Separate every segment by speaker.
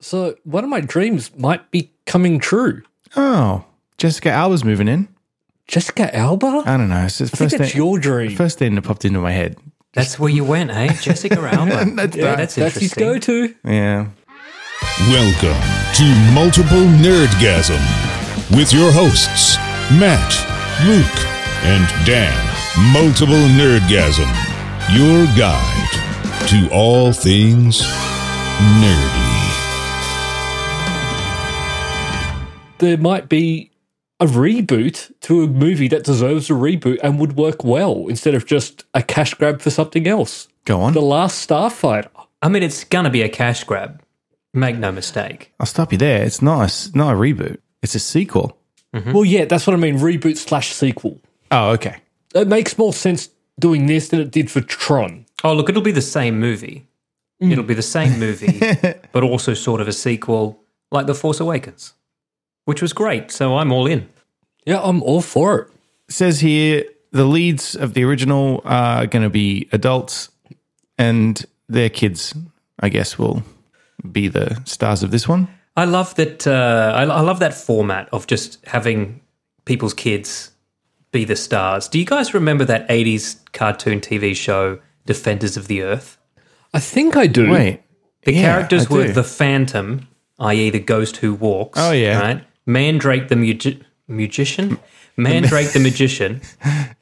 Speaker 1: So one of my dreams might be coming true.
Speaker 2: Oh, Jessica Alba's moving in.
Speaker 1: Jessica Alba?
Speaker 2: I don't know. It's the
Speaker 1: I think
Speaker 2: Uh, first
Speaker 1: that's
Speaker 2: thing,
Speaker 1: your dream.
Speaker 2: first thing that popped into my head.
Speaker 3: That's where you went, eh? Jessica Alba.
Speaker 2: That's
Speaker 3: yeah,
Speaker 2: right.
Speaker 3: that's
Speaker 1: That's his
Speaker 3: interesting.
Speaker 1: go-to.
Speaker 2: Yeah.
Speaker 4: Welcome to Multiple Nerdgasm with your hosts, Matt, Luke, and Dan. Multiple Nerdgasm, your guide to all things nerdy.
Speaker 1: There might be a reboot to a movie that deserves a reboot and would work well instead of just a cash grab for something else.
Speaker 2: Go on.
Speaker 1: The Last Starfighter.
Speaker 3: I mean, it's going to be a cash grab. Make no mistake.
Speaker 2: I'll stop you there. It's not a, s- not a reboot. It's a sequel.
Speaker 1: Well, yeah, that's what I mean. Reboot slash sequel.
Speaker 2: Oh, okay.
Speaker 1: It makes more sense doing this than it did for Tron.
Speaker 3: Oh, look, it'll be the same movie.
Speaker 1: Mm.
Speaker 3: It'll be the same movie, but also sort of a sequel like The Force Awakens, which was great. So I'm all in.
Speaker 1: Yeah, I'm all for it.
Speaker 2: It says here the leads of the original are going to be adults, and their kids, I guess, will be the stars of this one.
Speaker 3: I love that. Uh, I, I love that format of just having people's kids be the stars. Do you guys remember that '80s cartoon TV show Defenders of the Earth?
Speaker 1: I think I do.
Speaker 2: Wait,
Speaker 3: The
Speaker 2: Yeah,
Speaker 3: characters
Speaker 2: I
Speaker 3: were
Speaker 2: do.
Speaker 3: the Phantom, i.e., the ghost who walks.
Speaker 2: Oh, yeah.
Speaker 3: right. Mandrake the magi- magician, Mandrake the magician,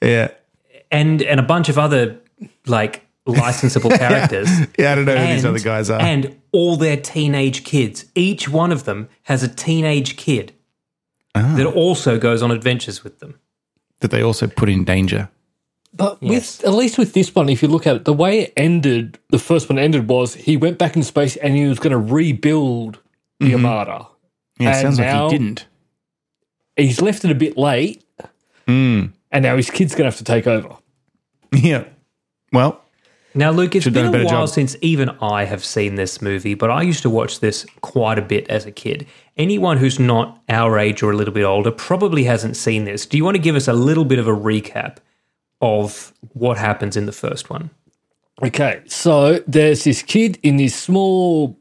Speaker 2: yeah,
Speaker 3: and and a bunch of other like licensable characters.
Speaker 2: yeah. I don't know who these other guys are.
Speaker 3: And all their teenage kids. Each one of them has a teenage kid
Speaker 2: Ah.
Speaker 3: that also goes on adventures with them.
Speaker 2: that they also put in danger.
Speaker 1: But
Speaker 3: Yes.
Speaker 1: with at least with this one, if you look at it, the way it ended, the first one ended was he went back in space and he was going to rebuild the Armada.
Speaker 2: Yeah, it
Speaker 1: And
Speaker 2: sounds
Speaker 1: now-
Speaker 2: like he didn't.
Speaker 1: He's left it a bit late, and now his kid's going to have to take over.
Speaker 2: Yeah. Well,
Speaker 3: Now, Luke, it's
Speaker 2: Should've
Speaker 3: been
Speaker 2: done a
Speaker 3: a
Speaker 2: better
Speaker 3: while
Speaker 2: job.
Speaker 3: since even I have seen this movie, but I used to watch this quite a bit as a kid. Anyone who's not our age or a little bit older probably hasn't seen this. Do you want to give us a little bit of a recap of what happens in the first one?
Speaker 1: Okay, so there's this kid in this small,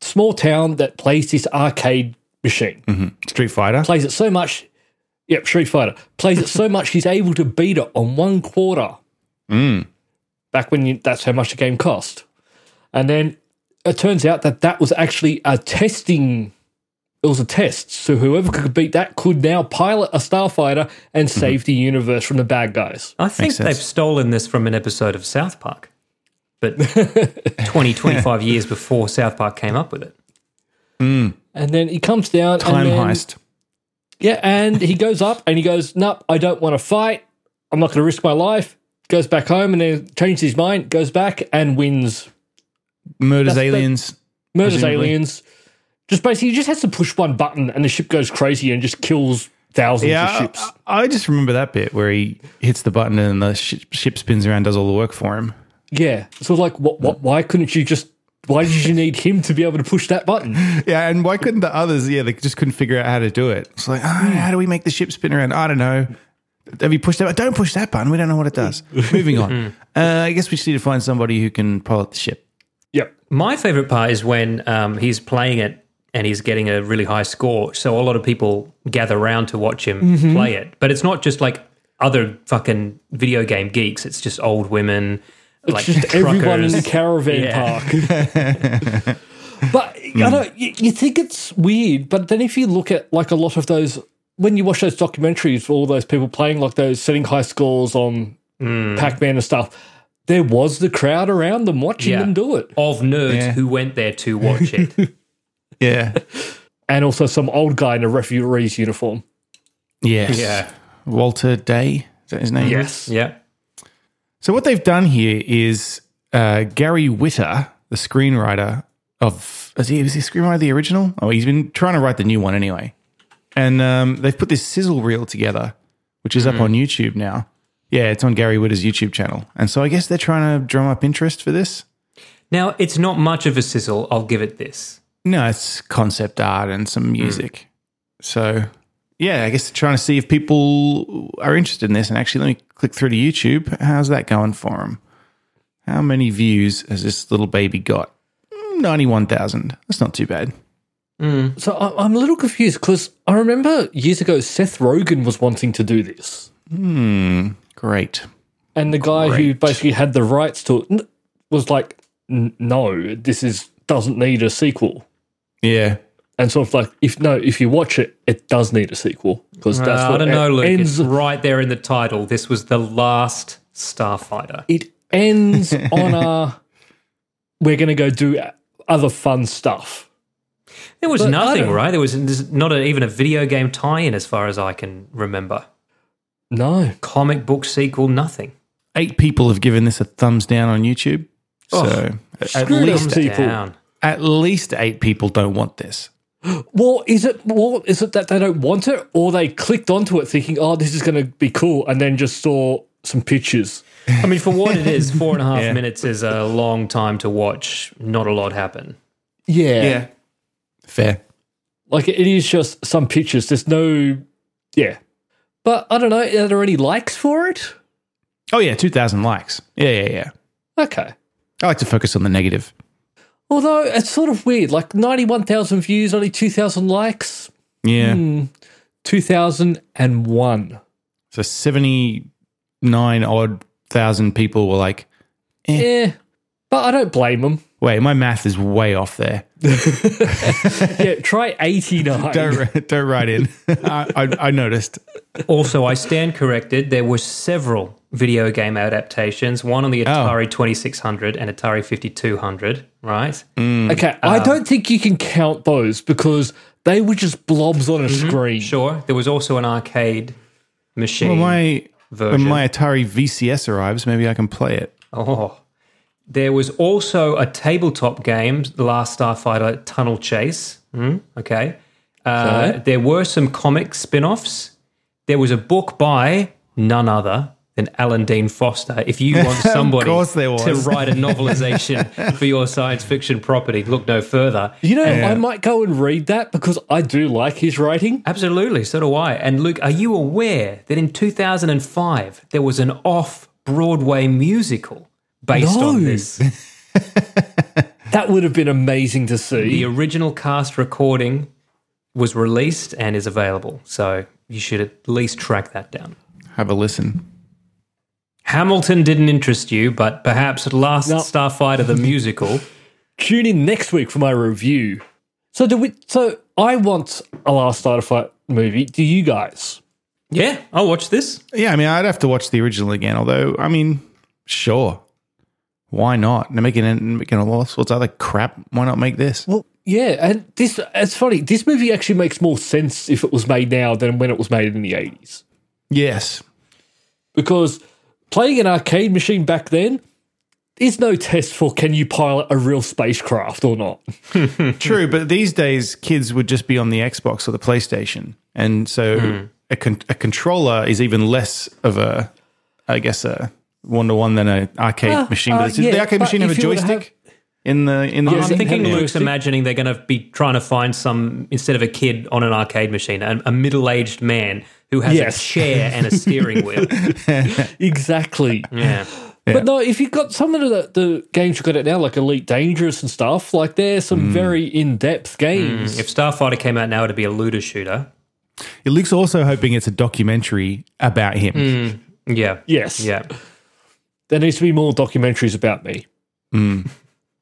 Speaker 1: small town that plays this arcade machine.
Speaker 2: Street Fighter.
Speaker 1: Plays it so much, yep, Street Fighter plays it so much he's able to beat it on one quarter.
Speaker 2: Mm.
Speaker 1: Back when you, that's how much the game cost, and then it turns out that that was actually a testing. It was a test, so whoever could beat that could now pilot a starfighter and
Speaker 2: Mm-hmm.
Speaker 1: save the universe from the bad guys.
Speaker 3: I think
Speaker 2: Makes
Speaker 3: they've
Speaker 2: sense.
Speaker 3: stolen this from an episode of South Park, but 20, 25 years before South Park came up with it.
Speaker 1: And then he comes down.
Speaker 2: Time
Speaker 1: and then,
Speaker 2: heist.
Speaker 1: Yeah, and he goes up and he goes, Nope, I don't want to fight. I'm not going to risk my life. Goes back home and then changes his mind, goes back and wins.
Speaker 2: Murders
Speaker 1: That's the-
Speaker 2: aliens.
Speaker 1: Murders
Speaker 2: Presumably.
Speaker 1: aliens. Just basically, he just has to push one button and the ship goes crazy and just kills thousands of
Speaker 2: yeah,
Speaker 1: ships.
Speaker 2: I, I just remember that bit where he hits the button and the sh- ship spins around, does all the work for him.
Speaker 1: Yeah. So, like, what, what, why couldn't you just, why did you need him to be able to push that button?
Speaker 2: Yeah, and why couldn't the others? Yeah, they just couldn't figure out how to do it. It's like, oh, how do we make the ship spin around? I don't know. Have you pushed that? Don't push that button. We don't know what it does. Moving
Speaker 1: Hmm.
Speaker 2: on. Uh, I guess we just need to find somebody who can pilot the ship.
Speaker 1: Yep.
Speaker 3: My favorite part is when um, he's playing it and he's getting a really high score. So a lot of people gather around to watch him
Speaker 1: Mm-hmm.
Speaker 3: play it. But it's not just like other fucking video game geeks. It's just old women, like
Speaker 1: just everyone in the
Speaker 3: truckers.
Speaker 1: caravan
Speaker 3: Yeah.
Speaker 1: park. but I don't, you, you think it's weird, but then if you look at like a lot of those, when you watch those documentaries for all those people playing like those setting high scores on
Speaker 3: Hmm.
Speaker 1: Pac Man and stuff, there was the crowd around them watching
Speaker 3: Yeah.
Speaker 1: them do it.
Speaker 3: of nerds
Speaker 2: Yeah.
Speaker 3: who went there to watch it.
Speaker 2: Yeah.
Speaker 1: And also some old guy in a referee's uniform.
Speaker 2: Yes. Walter Day. Is that his name?
Speaker 3: yeah.
Speaker 2: So what they've done here is uh, Gary Witter, the screenwriter of is he was he screenwriter of the original? Oh, he's been trying to write the new one anyway, and um, they've put this sizzle reel together, which is up on YouTube now. Yeah, it's on Gary Witter's YouTube channel, and so I guess they're trying to drum up interest for this.
Speaker 3: Now it's not much of a sizzle. I'll give it this.
Speaker 2: No, it's concept art and some music. So yeah, I guess they're trying to see if people are interested in this. And actually, let me click through to YouTube. How's that going for them? How many views has this little baby got? Mm, 91,000. That's not too bad.
Speaker 1: So I, I'm a little confused because I remember years ago Seth Rogen was wanting to do this,
Speaker 2: Great.
Speaker 1: and the guy who basically had the rights to it n- was like, "N- "No, this is doesn't need a sequel."
Speaker 2: Yeah.
Speaker 1: And sort of like, if no, if you watch it, it does need a sequel because that's
Speaker 3: Uh,
Speaker 1: what
Speaker 3: I don't
Speaker 1: it
Speaker 3: know, Luke.
Speaker 1: ends.
Speaker 3: It's right there in the title. This was the last Starfighter.
Speaker 1: It ends on a we're going to go do other fun stuff.
Speaker 3: There was
Speaker 1: But I
Speaker 3: nothing,
Speaker 1: don't-
Speaker 3: right? There was there's not a, even a video game tie-in, as far as I can remember.
Speaker 1: No,
Speaker 3: Comic book sequel, nothing.
Speaker 2: Eight people have given this a thumbs down on YouTube. so at- at
Speaker 1: Screw
Speaker 2: least
Speaker 1: them people.
Speaker 3: Down.
Speaker 2: at least eight people don't want this.
Speaker 1: Well, is it well, is it that they don't want it, or they clicked onto it thinking, "Oh, this is going to be cool," and then just saw some pictures?
Speaker 3: I mean, for what it is, four and a half minutes is a long time to watch. Not a lot happen.
Speaker 1: Yeah,
Speaker 2: Fair.
Speaker 1: like it is just some pictures. There's no, yeah. But I don't know. Are there any likes for it?
Speaker 2: Oh yeah, two thousand likes. Yeah, yeah, yeah.
Speaker 1: Okay.
Speaker 2: I like to focus on the negative.
Speaker 1: Although it's sort of weird, like ninety-one thousand views, only two thousand likes,
Speaker 2: Yeah.
Speaker 1: two thousand and one.
Speaker 2: So seventy nine odd thousand people were like,
Speaker 1: Yeah, but I don't blame them.
Speaker 2: "Wait, my math is way off there.
Speaker 1: Yeah, try eighty-nine.
Speaker 2: Don't don't write in." I, I, I noticed.
Speaker 3: Also, I stand corrected. There were several video game adaptations. One on the Atari 2600 and Atari 5200. Right?
Speaker 1: Okay, I don't think you can count those because they were just blobs on a screen.
Speaker 3: Sure. There was also an arcade machine.
Speaker 2: When my
Speaker 3: Version.
Speaker 2: when my Atari VCS arrives, maybe I can play it.
Speaker 3: Oh. There was also a tabletop game, The Last Starfighter Tunnel Chase. Mm, okay. Uh,
Speaker 1: So?
Speaker 3: There were some comic spin offs. There was a book by none other than Alan Dean Foster. If you want somebody
Speaker 2: course there
Speaker 3: to
Speaker 2: was.
Speaker 3: write a novelization for your science fiction property, look no further.
Speaker 1: You know, I might go and read that because I do like his writing.
Speaker 3: Absolutely, so do I. And Luke, are you aware that in 2005 there was an off Broadway musical based
Speaker 1: No.
Speaker 3: on this?
Speaker 1: That would have been amazing to see.
Speaker 3: The original cast recording was released and is available, so you should at least track that down.
Speaker 2: Have a listen.
Speaker 3: Hamilton didn't interest you, but perhaps Last
Speaker 1: No.
Speaker 3: Starfighter the musical.
Speaker 1: Tune in next week for my review. So, do we? So, I want a Last Starfight movie. Do you guys?
Speaker 3: Yeah, I'll watch this.
Speaker 2: Yeah, I mean, I'd have to watch the original again. Although, I mean, sure, why not? They're making making all sorts of other crap. Why not make this?
Speaker 1: Well, yeah, and this it's funny. This movie actually makes more sense if it was made now than when it was made in the eighties
Speaker 2: Yes,
Speaker 1: because playing an arcade machine back then. Is no test for can you pilot a real spacecraft or not?
Speaker 2: true. But these days, kids would just be on the Xbox or the PlayStation, and so
Speaker 1: Hmm.
Speaker 2: a, con- a controller is even less of a, I guess, a one to one than an arcade machine.
Speaker 1: uh,
Speaker 2: But does
Speaker 1: yeah,
Speaker 2: the arcade
Speaker 1: but
Speaker 2: machine have a
Speaker 1: if you were to
Speaker 2: joystick in the in the?
Speaker 1: Yeah,
Speaker 3: I'm
Speaker 1: it
Speaker 3: thinking
Speaker 1: heavy?
Speaker 3: Luke's imagining they're going to be trying to find some, instead of a kid on an arcade machine, a, a middle aged man who has
Speaker 1: Yes.
Speaker 3: a chair and a steering wheel.
Speaker 1: Exactly.
Speaker 3: Yeah.
Speaker 1: But no, if you've got some of the, the games you've got it now, like Elite Dangerous and stuff, like they're some
Speaker 2: Mm.
Speaker 1: very in depth games.
Speaker 3: If Starfighter came out now, it'd be a looter shooter.
Speaker 2: Luke's also hoping it's a documentary about him.
Speaker 1: Hmm.
Speaker 3: Yeah.
Speaker 1: Yes.
Speaker 3: Yeah.
Speaker 1: There needs to be more documentaries about me.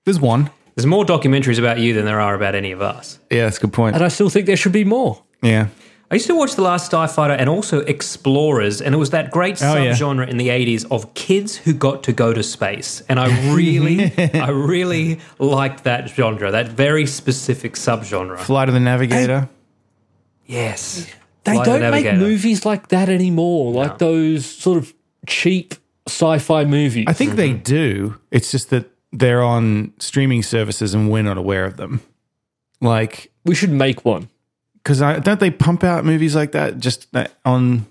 Speaker 2: There's one.
Speaker 3: There's more documentaries about you than there are about any of us.
Speaker 2: Yeah, that's a good point.
Speaker 1: And I still think there should be more.
Speaker 2: Yeah.
Speaker 3: I used to watch The Last Starfighter and also Explorers, and it was that great
Speaker 2: Oh, yeah.
Speaker 3: subgenre in the 80s of kids who got to go to space. And I really, I really liked that genre, that very specific subgenre.
Speaker 2: Flight of the Navigator.
Speaker 3: Yes.
Speaker 1: They
Speaker 3: Flight of the
Speaker 1: don't make
Speaker 3: Navigator.
Speaker 1: movies like that anymore, like those sort of cheap sci fi movies.
Speaker 2: I think they do. It's just that they're on streaming services and we're not aware of them. Like,
Speaker 1: we should make one.
Speaker 2: because I don't they pump out movies like that just uh, on.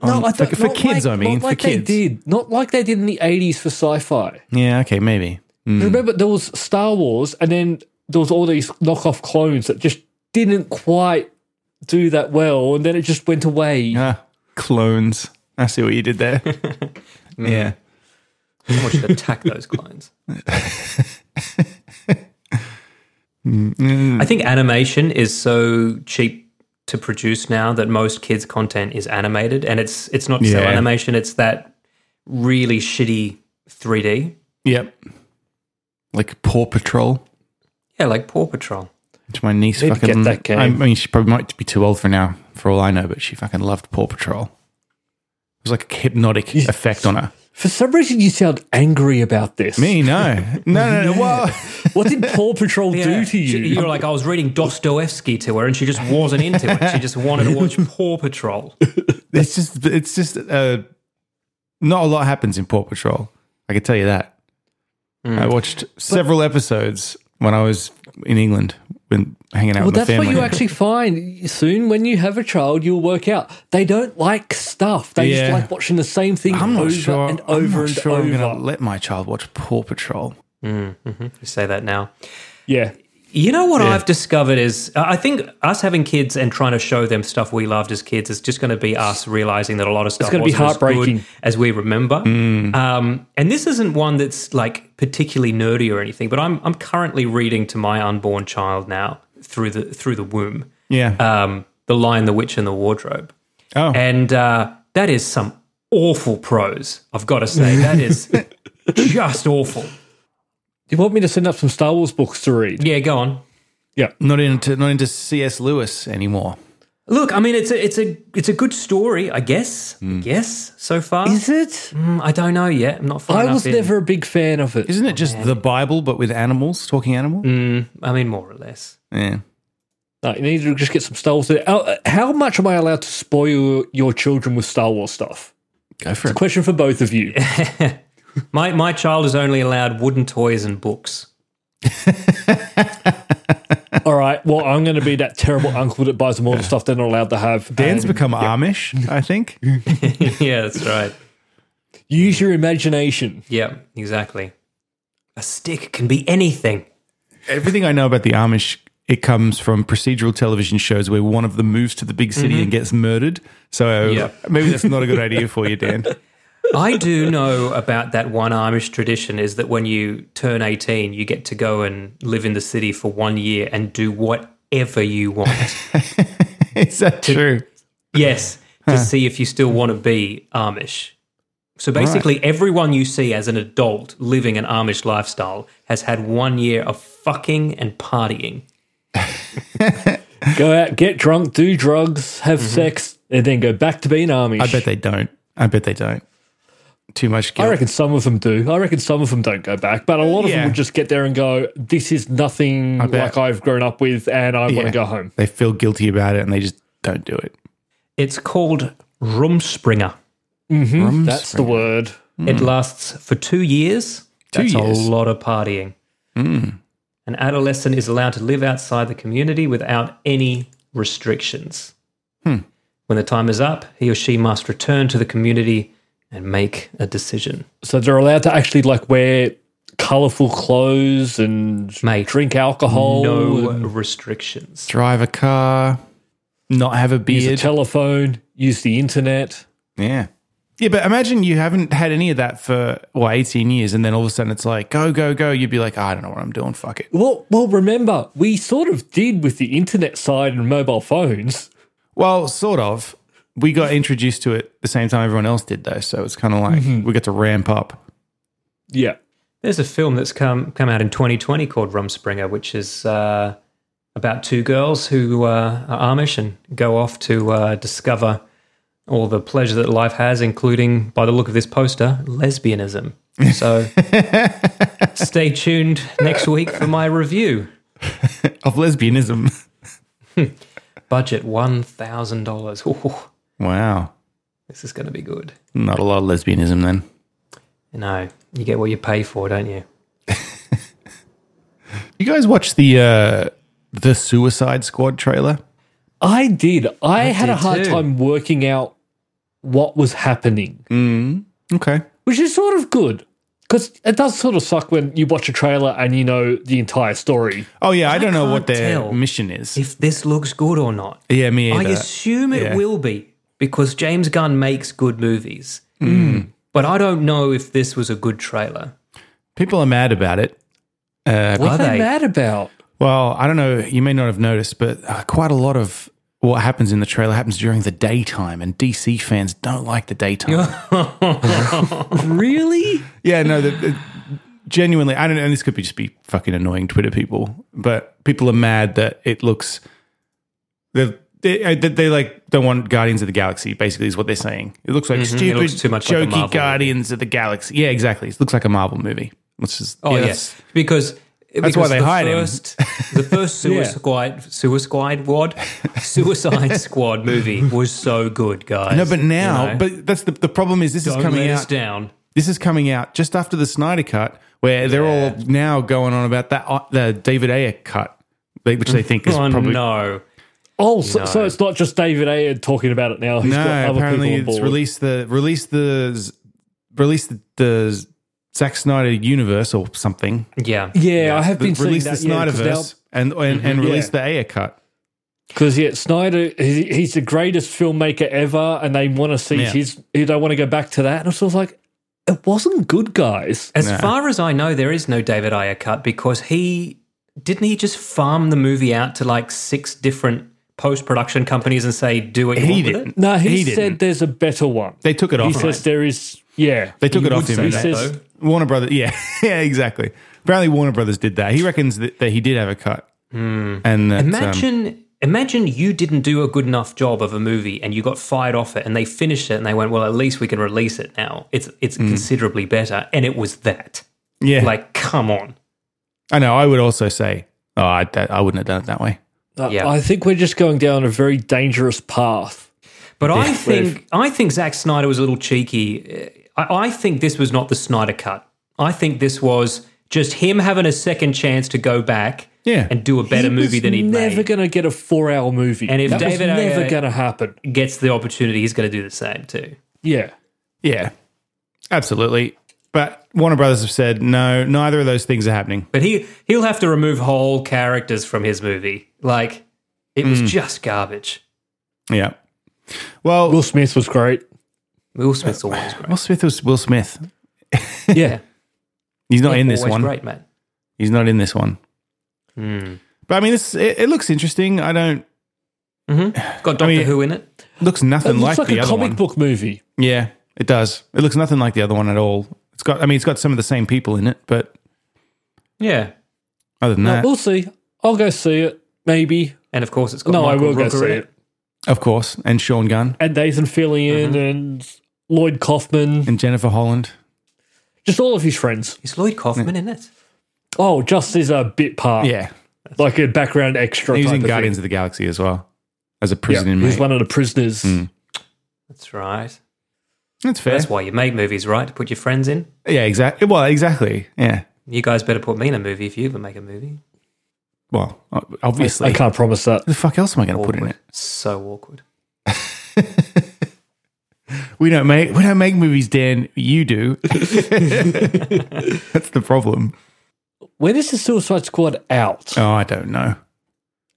Speaker 2: on
Speaker 1: I
Speaker 2: Um, for,
Speaker 1: don't-
Speaker 2: for
Speaker 1: not
Speaker 2: kids,
Speaker 1: like-
Speaker 2: I mean,
Speaker 1: not
Speaker 2: for
Speaker 1: like
Speaker 2: kids.
Speaker 1: They did. Not like they did in the 80s for sci fi.
Speaker 2: Yeah, okay, maybe.
Speaker 1: Remember, there was Star Wars, and then there was all these knockoff clones that just didn't quite do that well, and then it just went away.
Speaker 2: Ah, clones. I see what you did there. yeah.
Speaker 3: I want you to attack those clones.
Speaker 1: Mm.
Speaker 3: I think animation is so cheap to produce now that most kids' content is animated, and it's it's not cell
Speaker 2: Yeah.
Speaker 3: animation; it's that really shitty 3D.
Speaker 2: Yep. Like Paw Patrol,
Speaker 3: Yeah, like Paw Patrol.
Speaker 2: which my niece
Speaker 1: Need to
Speaker 2: fucking.
Speaker 1: get that game.
Speaker 2: I mean, she probably might be too old for now, for all I know, but she fucking loved Paw Patrol. It was like a hypnotic effect on her.
Speaker 1: For some reason, you sound angry about this.
Speaker 2: Me, no. No, no, no. Well,
Speaker 1: What did Paw Patrol do to you?
Speaker 3: She- you were like, I was reading Dostoevsky to her, and she just wasn't into it. She just wanted to watch Paw Patrol.
Speaker 2: it's just, it's just, uh, not a lot happens in Paw Patrol. I can tell you that.
Speaker 1: Mm.
Speaker 2: I watched several episodes when I was in England, when hanging out
Speaker 1: well,
Speaker 2: with
Speaker 1: that's
Speaker 2: the family.
Speaker 1: what you actually find soon when you have a child. You'll work out they don't like stuff. They
Speaker 2: Yeah.
Speaker 1: just like watching the same thing
Speaker 2: I'm not
Speaker 1: over
Speaker 2: sure.
Speaker 1: and over
Speaker 2: I'm not
Speaker 1: and
Speaker 2: sure
Speaker 1: over.
Speaker 2: I'm going to let my child watch Paw Patrol.
Speaker 3: You say that now.
Speaker 1: yeah,
Speaker 3: You know what I've discovered is uh, I I think us having kids and trying to show them stuff we loved as kids is just going to be us realizing that a lot of stuff
Speaker 1: gonna be
Speaker 3: wasn't as good
Speaker 1: heartbreaking. Mm.
Speaker 3: as we remember. Um, and this isn't one that's like particularly nerdy or anything, but I'm I'm currently reading to my unborn child now through the through the womb,
Speaker 2: Yeah.
Speaker 3: um, the Lion, the Witch, and the Wardrobe,
Speaker 2: oh.
Speaker 3: and uh, that is some awful prose. I've got to say that is just awful.
Speaker 1: you want me to send up some Star Wars books to read?
Speaker 3: Yeah, go on.
Speaker 2: not into not into C.S. Lewis anymore.
Speaker 3: Look, I mean, it's a it's a it's a good story, I guess. Yes, so far.
Speaker 1: Hmm. Is it?
Speaker 3: Mm, I don't know yet. I'm not far
Speaker 1: I
Speaker 3: enough
Speaker 1: was
Speaker 3: in.
Speaker 1: never a big fan of it.
Speaker 2: Isn't it just the Bible but with animals, talking animals?
Speaker 3: I mean, more or less.
Speaker 2: Yeah.
Speaker 1: No, you need to just get some Star Wars. How, how much am I allowed to spoil your children with Star Wars stuff?
Speaker 2: Go for it.
Speaker 1: Question for both of you.
Speaker 3: My my child is only allowed wooden toys and books.
Speaker 1: All right. Well, I'm going to be that terrible uncle that buys them all the stuff they're not allowed to have.
Speaker 2: Dan's
Speaker 1: And
Speaker 2: become Amish, I think.
Speaker 3: yeah, that's right.
Speaker 1: use your imagination.
Speaker 3: Yeah, exactly. A stick can be anything.
Speaker 2: Everything I know about the Amish, it comes from procedural television shows where one of them moves to the big city and gets murdered. So
Speaker 3: Yeah.
Speaker 2: maybe that's not a good idea for you, Dan.
Speaker 3: I do know about that one Amish tradition is that when you turn 18, you get to go and live in the city for one year and do whatever you want.
Speaker 2: Is that true?
Speaker 3: Yes, to see if you still want to be Amish. So basically, everyone you see as an adult living an Amish lifestyle has had one year of fucking and partying.
Speaker 1: Go out, get drunk, do drugs, have sex, and then go back to being army.
Speaker 2: Mm-hmm. I bet they don't. I bet they don't. Too much guilt.
Speaker 1: I reckon some of them do. I reckon some of them don't go back, but a lot of
Speaker 2: Yeah.
Speaker 1: them will just get there and go, "This is nothing
Speaker 2: bet.
Speaker 1: like I've grown up with, and I want
Speaker 2: Yeah.
Speaker 1: to go home."
Speaker 2: They feel guilty about it and they just don't do it.
Speaker 3: It's called Rumspringer.
Speaker 1: That's the word.
Speaker 3: It lasts for two years.
Speaker 2: Hmm. Two
Speaker 3: That's
Speaker 2: years? Hmm.
Speaker 3: a lot of partying. An adolescent is allowed to live outside the community without any restrictions.
Speaker 2: Hmm.
Speaker 3: When the time is up, he or she must return to the community and make a decision.
Speaker 1: So they're allowed to actually like wear colorful clothes and
Speaker 3: Mate,
Speaker 1: drink alcohol,
Speaker 3: no
Speaker 1: and
Speaker 3: restrictions.
Speaker 2: Drive a car, not have a
Speaker 1: use a
Speaker 2: beard.
Speaker 1: telephone, use the internet.
Speaker 2: Yeah. Yeah, but imagine you haven't had any of that for well, 18 years, and then all of a sudden it's like, go, go, go. You'd be like, "Ah, I don't know what I'm doing. Fuck it.
Speaker 1: Well, well, remember we sort of did with the internet side and mobile phones.
Speaker 2: Well, sort of. We got introduced to it the same time everyone else did, though. So it's kind of like we got to ramp up.
Speaker 1: Yeah,
Speaker 3: There's a film that's come come out in 2020 called Rumspringer, which is uh, about two girls who uh, are Amish and go off to uh, discover all the pleasure that life has, including, by the look of this poster, lesbianism. So stay tuned next week for my review.
Speaker 2: Of lesbianism.
Speaker 3: Budget one thousand dollars.
Speaker 2: wow.
Speaker 3: This is going to be good.
Speaker 2: Not a lot of lesbianism then.
Speaker 3: No, you get what you pay for, don't you?
Speaker 2: You guys watch the uh, the Suicide Squad trailer?
Speaker 1: I did. I, had
Speaker 3: did
Speaker 1: a hard
Speaker 3: too.
Speaker 1: time working out what was happening.
Speaker 2: Okay.
Speaker 1: which is sort of good because it does sort of suck when you watch a trailer and you know the entire story.
Speaker 2: Oh yeah, I don't know what
Speaker 3: can't
Speaker 2: their
Speaker 3: tell
Speaker 2: mission is.
Speaker 3: If this looks good or not.
Speaker 2: yeah, me
Speaker 3: I
Speaker 2: either.
Speaker 3: assume it
Speaker 2: Yeah.
Speaker 3: will be because James Gunn makes good movies.
Speaker 2: Hmm.
Speaker 3: But I don't know if this was a good trailer.
Speaker 2: People are mad about it. Uh,
Speaker 1: What
Speaker 3: Are
Speaker 1: are they,
Speaker 3: they?
Speaker 1: mad about?
Speaker 2: Well, I don't know. You may not have noticed, but uh, quite a lot of what happens in the trailer happens during the daytime, and DC fans don't like the daytime.
Speaker 1: Really?
Speaker 2: yeah, no, the, the- genuinely, I don't. And this could be just be fucking annoying Twitter people, but people are mad that it looks. They they, uh, they they, like don't want Guardians of the Galaxy. Basically, is what they're saying. It looks like stupid,
Speaker 3: Mm-hmm. looks too much like a
Speaker 2: jokey
Speaker 3: Marvel movie.
Speaker 2: Guardians of the Galaxy. Yeah, exactly. It looks like a Marvel movie. Which is
Speaker 3: Oh
Speaker 2: yeah,
Speaker 3: yes, because
Speaker 2: why they hired him.
Speaker 3: first, him. the first Suicide Suicide Squad Suicide Squad movie was so good, guys.
Speaker 2: No, but now,
Speaker 3: You know?
Speaker 2: but that's the the problem is this
Speaker 3: Don't
Speaker 2: is coming
Speaker 3: let us
Speaker 2: out.
Speaker 3: down.
Speaker 2: This is coming out just after the Snyder cut, where they're all now going on about that uh, the David Ayer cut, they- which they think is
Speaker 3: Oh
Speaker 2: probably
Speaker 3: no!
Speaker 1: Oh, so, so it's not just David Ayer talking about it now. He's got
Speaker 2: no.
Speaker 1: other
Speaker 2: Apparently,
Speaker 1: people on
Speaker 2: it's
Speaker 1: board.
Speaker 2: released the release the z- release the, the z- Zack Snyder universe or something.
Speaker 3: Yeah,
Speaker 1: yeah, I have been seeing
Speaker 2: Release the
Speaker 1: that. yeah, 'cause Mm-hmm. now-
Speaker 2: Snyderverse and and, and release the Ayer cut.
Speaker 1: Because yeah, Snyder, he, he's the greatest filmmaker ever, and they want to see
Speaker 2: Yeah.
Speaker 1: his. They want to go back to that, and it's sort of like, it wasn't good, guys.
Speaker 3: As far as I know, there is no David Ayer cut because he didn't he just farm the movie out to like six different post production companies and say do what you
Speaker 2: He
Speaker 3: want with
Speaker 2: didn't.
Speaker 3: it.
Speaker 1: No, he,
Speaker 2: He
Speaker 1: said
Speaker 2: didn't.
Speaker 1: there's a better one.
Speaker 2: They took it
Speaker 1: he
Speaker 2: off.
Speaker 1: says there is. Yeah,
Speaker 2: They took it off him.
Speaker 1: He
Speaker 2: and they-
Speaker 1: says
Speaker 2: Warner Brothers. Yeah, yeah, exactly. Apparently, Warner Brothers did that. He reckons that, that he did have a cut.
Speaker 1: Hmm.
Speaker 2: And that, um,
Speaker 3: Imagine. Imagine you didn't do a good enough job of a movie and you got fired off it and they finished it and they went, well, at least we can release it now. It's it's
Speaker 2: Mm.
Speaker 3: considerably better. And it was that.
Speaker 2: yeah,
Speaker 3: Like, come on.
Speaker 2: I know. I would also say, oh, I, that, I wouldn't have done it that way.
Speaker 1: uh,
Speaker 3: Yeah.
Speaker 1: I think we're just going down a very dangerous path.
Speaker 3: But I think I think Zack Snyder was a little cheeky. I, I think this was not the Snyder cut. I think this was just him having a second chance to go back
Speaker 2: Yeah.
Speaker 3: and do a better
Speaker 1: He
Speaker 3: movie
Speaker 1: was
Speaker 3: than he'd
Speaker 1: never
Speaker 3: made.
Speaker 1: going to get a four-hour movie,
Speaker 3: And if
Speaker 1: that
Speaker 3: David
Speaker 1: was never
Speaker 3: Ayer-
Speaker 1: going to happen.
Speaker 3: Gets the opportunity, he's going to do the same too.
Speaker 1: Yeah,
Speaker 2: Yeah, absolutely. But Warner Brothers have said no. Neither of those things are happening.
Speaker 3: But he he'll have to remove whole characters from his movie. Like it was just garbage.
Speaker 2: Yeah. Well,
Speaker 1: Will
Speaker 2: Will,
Speaker 1: Smith was great.
Speaker 3: Will Smith's always great.
Speaker 2: Smith was Will Smith.
Speaker 1: Yeah,
Speaker 2: He's not in this
Speaker 3: always
Speaker 2: one.
Speaker 3: great, man.
Speaker 2: He's not in this one. But I mean, this it, it looks interesting. I don't
Speaker 3: Got Doctor
Speaker 2: mean-
Speaker 3: Who in it.
Speaker 2: looks
Speaker 1: it
Speaker 2: nothing
Speaker 1: looks
Speaker 2: like,
Speaker 1: like,
Speaker 2: the
Speaker 1: a
Speaker 2: other
Speaker 1: comic
Speaker 2: one.
Speaker 1: book movie.
Speaker 2: Yeah, it does. It looks nothing like the other one at all. It's got. I mean, it's got some of the same people in it, but
Speaker 3: Yeah,
Speaker 2: other than that,
Speaker 1: We'll see. I'll go see it. Maybe.
Speaker 3: and of course it's got
Speaker 1: no, I
Speaker 3: Michael
Speaker 1: will go
Speaker 3: Rooker
Speaker 1: see
Speaker 3: in
Speaker 1: it.
Speaker 2: of course, and Sean Gunn
Speaker 1: and Nathan Fillion and Lloyd Kaufman,
Speaker 2: and Jennifer Holland.
Speaker 1: just all of his friends.
Speaker 3: Is Lloyd Kaufman in it?
Speaker 1: Oh, just as a bit part,
Speaker 2: Yeah,
Speaker 1: like a background extra.
Speaker 2: he was
Speaker 1: type
Speaker 2: in
Speaker 1: of
Speaker 2: Guardians of the Galaxy as well as a
Speaker 1: Thing.
Speaker 2: prison
Speaker 1: he was
Speaker 2: inmate.
Speaker 1: one of the prisoners.
Speaker 3: That's right.
Speaker 2: That's fair.
Speaker 3: That's why you make movies, right? To put your friends in.
Speaker 2: yeah, exactly. Well, exactly. Yeah.
Speaker 3: You guys better put me in a movie if you ever make a movie.
Speaker 2: Well, o- obviously.
Speaker 1: I can't promise that.
Speaker 2: the fuck else am I going to put in
Speaker 3: Awkward.
Speaker 2: it?
Speaker 3: So awkward.
Speaker 2: We don't make we don't make movies, Dan. You do. That's the problem.
Speaker 1: When is the Suicide Squad out?
Speaker 2: Oh, I don't know.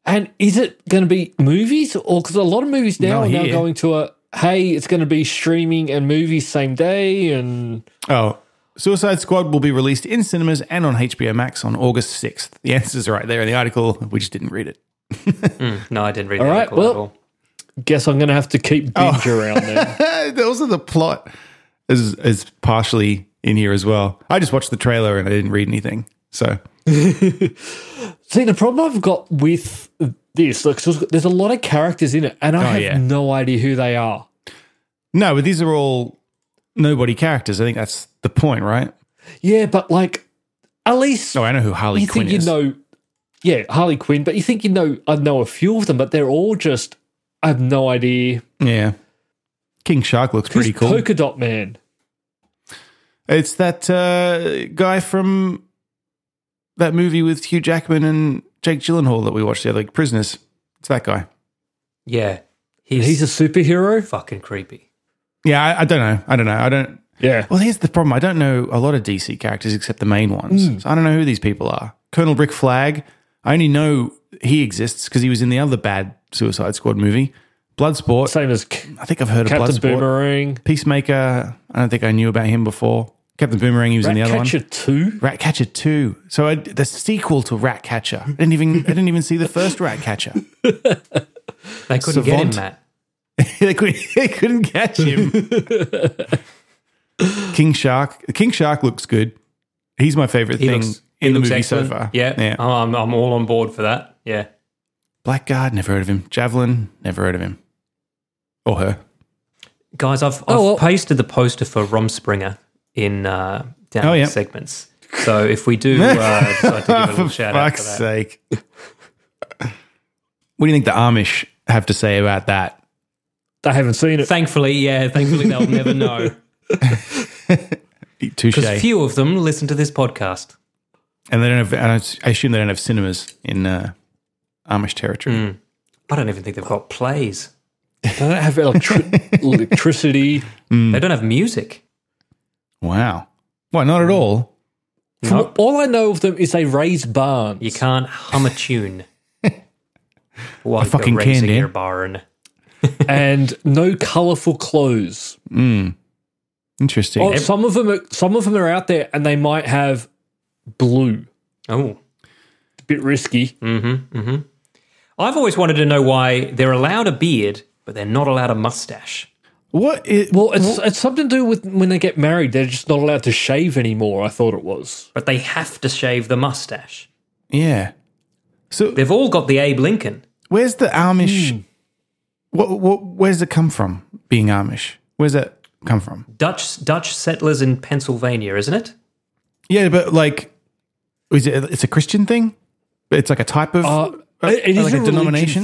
Speaker 1: And is it going to be movies, or because a lot of movies now
Speaker 2: Not
Speaker 1: are now
Speaker 2: here.
Speaker 1: going to a hey, it's going to be streaming and movies same day, and
Speaker 2: Oh, Suicide Squad will be released in cinemas and on HBO Max on August sixth. The answer's right there in the article. We just didn't read it.
Speaker 3: No, I didn't read the
Speaker 1: right,
Speaker 3: article
Speaker 1: well-
Speaker 3: at all.
Speaker 1: guess I'm going to have to keep binge around then.
Speaker 2: also, Uh, the plot is is partially in here as well. I just watched the trailer and I didn't read anything. So
Speaker 1: See, the problem I've got with this, like, so there's a lot of characters in it, and I have
Speaker 2: Oh, yeah.
Speaker 1: no idea who they are.
Speaker 2: no, but these are all nobody characters. I think that's the point, right?
Speaker 1: Yeah, but like at least
Speaker 2: Oh, I know who Harley
Speaker 1: you
Speaker 2: Quinn
Speaker 1: think you
Speaker 2: is.
Speaker 1: know. Yeah, Harley Quinn, but you think you know. I know a few of them, but they're all just. I have no idea.
Speaker 2: yeah, King Shark looks
Speaker 1: Who's
Speaker 2: pretty cool.
Speaker 1: Polka Dot Man.
Speaker 2: It's that uh, guy from that movie with Hugh Jackman and Jake Gyllenhaal that we watched the other like, Prisoners. It's that guy.
Speaker 3: Yeah. He's,
Speaker 1: He's a superhero.
Speaker 3: fucking creepy.
Speaker 2: Yeah, I, I don't know. I don't know. I don't.
Speaker 1: Yeah,
Speaker 2: Well, here's the problem. I don't know a lot of DC characters except the main ones.
Speaker 1: Hmm.
Speaker 2: So I don't know who these people are. Colonel Rick Flag. I only know he exists because he was in the other bad Suicide Squad movie, Bloodsport.
Speaker 1: same as C-
Speaker 2: I think I've heard
Speaker 1: Captain
Speaker 2: of Bloodsport.
Speaker 1: Boomerang.
Speaker 2: Peacemaker. I don't think I knew about him before. Captain Boomerang. He was in the other one.
Speaker 1: Ratcatcher 2?
Speaker 2: Ratcatcher Two. So I, the sequel to Ratcatcher. I didn't even I didn't even see the first Ratcatcher.
Speaker 3: They couldn't get him,
Speaker 2: Savant.
Speaker 3: Matt.
Speaker 2: they, couldn't, they couldn't catch him. King Shark. King Shark looks good. He's my favorite
Speaker 3: He
Speaker 2: thing
Speaker 3: looks
Speaker 2: in
Speaker 3: he
Speaker 2: the
Speaker 3: looks
Speaker 2: movie
Speaker 3: excellent.
Speaker 2: so far.
Speaker 3: Yeah, Um,
Speaker 2: yeah.
Speaker 3: I'm, I'm all on board for that. Yeah,
Speaker 2: Blackguard. Never heard of him. Javelin. Never heard of him. Or her.
Speaker 3: guys, I've, I've
Speaker 1: Oh, well-
Speaker 3: pasted the poster for Romspringer in uh, down
Speaker 2: Oh,
Speaker 3: in
Speaker 2: yeah.
Speaker 3: segments. So if we do uh, decide to give a
Speaker 2: for
Speaker 3: little shout out
Speaker 2: fuck's
Speaker 3: for that,
Speaker 2: sake. what do you think the Amish have to say about that?
Speaker 1: They haven't seen it.
Speaker 3: thankfully, yeah, thankfully they'll never know
Speaker 2: Touche.
Speaker 3: because few of them listen to this podcast.
Speaker 2: and they don't have. and I s- I assume they don't have cinemas in uh, Amish territory.
Speaker 1: Mm.
Speaker 3: I don't even think they've got plays.
Speaker 1: They don't have electri- electricity.
Speaker 2: Hmm.
Speaker 3: They don't have music.
Speaker 2: Wow. Why not at all?
Speaker 1: From
Speaker 3: Nope.
Speaker 1: all I know of them is they raise barns.
Speaker 3: You can't hum a tune. While you're
Speaker 2: fucking can,
Speaker 3: raising
Speaker 2: Dan.
Speaker 3: your barn.
Speaker 1: and no colourful clothes.
Speaker 2: Interesting.
Speaker 1: Oh, some of them are some of them are out there and they might have blue.
Speaker 3: Oh,
Speaker 1: It's a bit risky.
Speaker 2: Mm.
Speaker 3: I've always wanted to know why they're allowed a beard, but they're not allowed a mustache.
Speaker 2: What is,
Speaker 1: Well, it's it's something to do with when they get married, they're just not allowed to shave anymore, I thought it was.
Speaker 3: But they have to shave the mustache.
Speaker 2: Yeah. So
Speaker 3: They've all got the Abe Lincoln.
Speaker 2: where's the Amish?
Speaker 1: Hmm.
Speaker 2: What, what? Where's it come from? Being Amish. Where's that come from?
Speaker 3: Dutch Dutch settlers in Pennsylvania, isn't it?
Speaker 2: Yeah, but like, is it? It's a Christian thing. It's like a type of.
Speaker 1: Uh, it- it is
Speaker 2: like
Speaker 1: a,
Speaker 2: a denomination?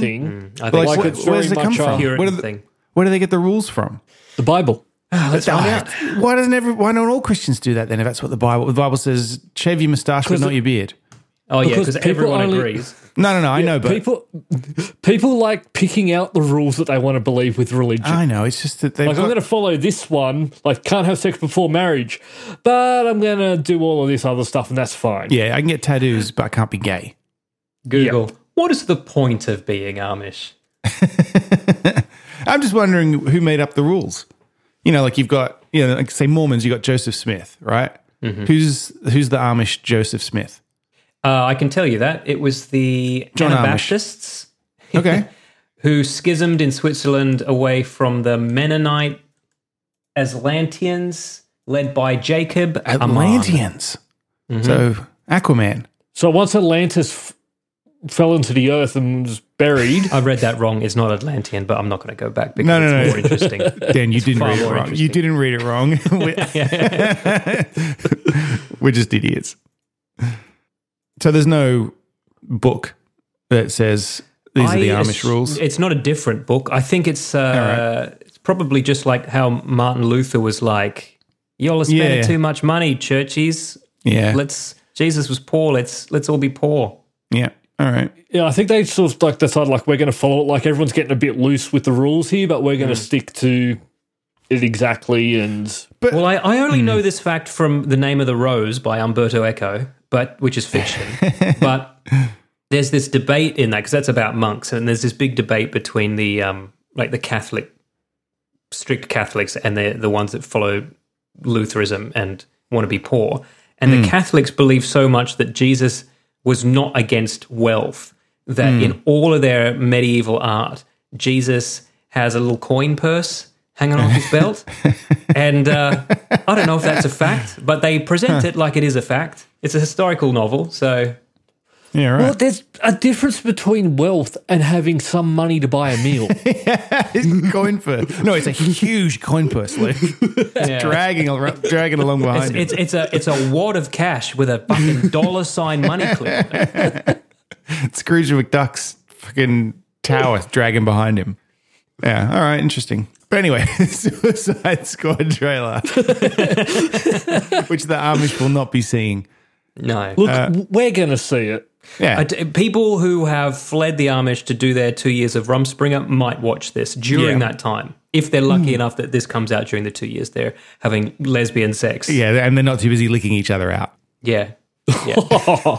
Speaker 1: denomination
Speaker 2: Mm.
Speaker 1: thing.
Speaker 3: I think
Speaker 1: Like
Speaker 2: wh-
Speaker 3: so.
Speaker 1: it's very
Speaker 2: where's it come
Speaker 1: much
Speaker 2: from?
Speaker 1: a-
Speaker 3: Puritan
Speaker 2: Where do they-
Speaker 3: thing.
Speaker 2: Where do they get the rules from?
Speaker 1: The Bible.
Speaker 3: Let's find out.
Speaker 2: Why doesn't every, Why don't all Christians do that then? If that's what the Bible the Bible says, shave your moustache but not your beard.
Speaker 3: Oh yeah,
Speaker 1: Because
Speaker 3: because
Speaker 1: people
Speaker 3: everyone
Speaker 1: only-
Speaker 3: agrees.
Speaker 2: No, no, no. I know, but
Speaker 1: people people like picking out the rules that they want to believe with religion.
Speaker 2: I know. It's just that they.
Speaker 1: like I'm
Speaker 2: have
Speaker 1: going to follow this one, like can't have sex before marriage, but I'm going to do all of this other stuff and that's fine.
Speaker 2: yeah, I can get tattoos, but I can't be gay.
Speaker 3: Google. What is the point of being Amish?
Speaker 2: I'm just wondering who made up the rules. You know, like you've got, you know, like say Mormons, you got Joseph Smith, right? Who's who's the Amish Joseph Smith?
Speaker 3: Uh, I can tell you that it was the
Speaker 2: John Amish.
Speaker 3: Anabaptists
Speaker 2: Okay,
Speaker 3: who schismed in Switzerland away from the Mennonite Atlanteans, led by Jacob Atlantean.
Speaker 2: Atlanteans. Mm-hmm. So Aquaman.
Speaker 1: So once Atlantis f- fell into the earth and was buried,
Speaker 3: I read that wrong. It's not Atlantean, but I'm not going to go back because
Speaker 2: No, no,
Speaker 3: it's
Speaker 2: no.
Speaker 3: more interesting.
Speaker 2: Dan, you didn't
Speaker 3: far
Speaker 2: read it
Speaker 3: more
Speaker 2: wrong. You
Speaker 3: interesting.
Speaker 2: didn't read it wrong. We're- We're just idiots. So there's no book that says these are the
Speaker 3: I-
Speaker 2: Amish
Speaker 3: it's-
Speaker 2: rules.
Speaker 3: It's not a different book. I think it's uh, it's probably just like how Martin Luther was like, "Y'all are spending
Speaker 2: Yeah.
Speaker 3: too much money, churches.
Speaker 2: yeah.
Speaker 3: Let's." Jesus was poor. Let's let's all be poor.
Speaker 2: yeah. All right.
Speaker 1: yeah, I think they sort of like decided like we're going to follow it. Like everyone's getting a bit loose with the rules here, but we're going to stick to it exactly. And
Speaker 3: Well, I, I only know this fact from The Name of the Rose by Umberto Eco, but which is fiction. but there's this debate in that because that's about monks, and there's this big debate between the um, like the Catholic, strict Catholics, and the the ones that follow Lutheranism and want to be poor. And the Catholics believe so much that Jesus was not against wealth, that in all of their medieval art, Jesus has a little coin purse hanging off his belt. and uh, I don't know if that's a fact, but they present it like it is a fact. It's a historical novel, so
Speaker 2: Yeah. Right.
Speaker 1: well, there's a difference between wealth and having some money to buy a meal.
Speaker 2: It's coin purse. No, it's a huge coin purse, Luke.
Speaker 3: yeah.
Speaker 2: dragging, ar- dragging along behind
Speaker 3: It's, it's, it's a it's a wad of cash with a fucking dollar sign money clip. on it.
Speaker 2: him. Scrooge McDuck's fucking tower dragging behind him. Yeah. All right. Interesting. But anyway, Suicide Squad trailer, which the Amish will not be seeing.
Speaker 3: No,
Speaker 1: Look, w we're going to see it.
Speaker 2: Yeah.
Speaker 3: I d- people who have fled the Amish to do their two years of Rumspringer might watch this during
Speaker 2: Yeah.
Speaker 3: that time if they're lucky enough that this comes out during the two years they're having lesbian sex.
Speaker 2: yeah. And they're not too busy licking each other out.
Speaker 3: yeah.
Speaker 1: Oh,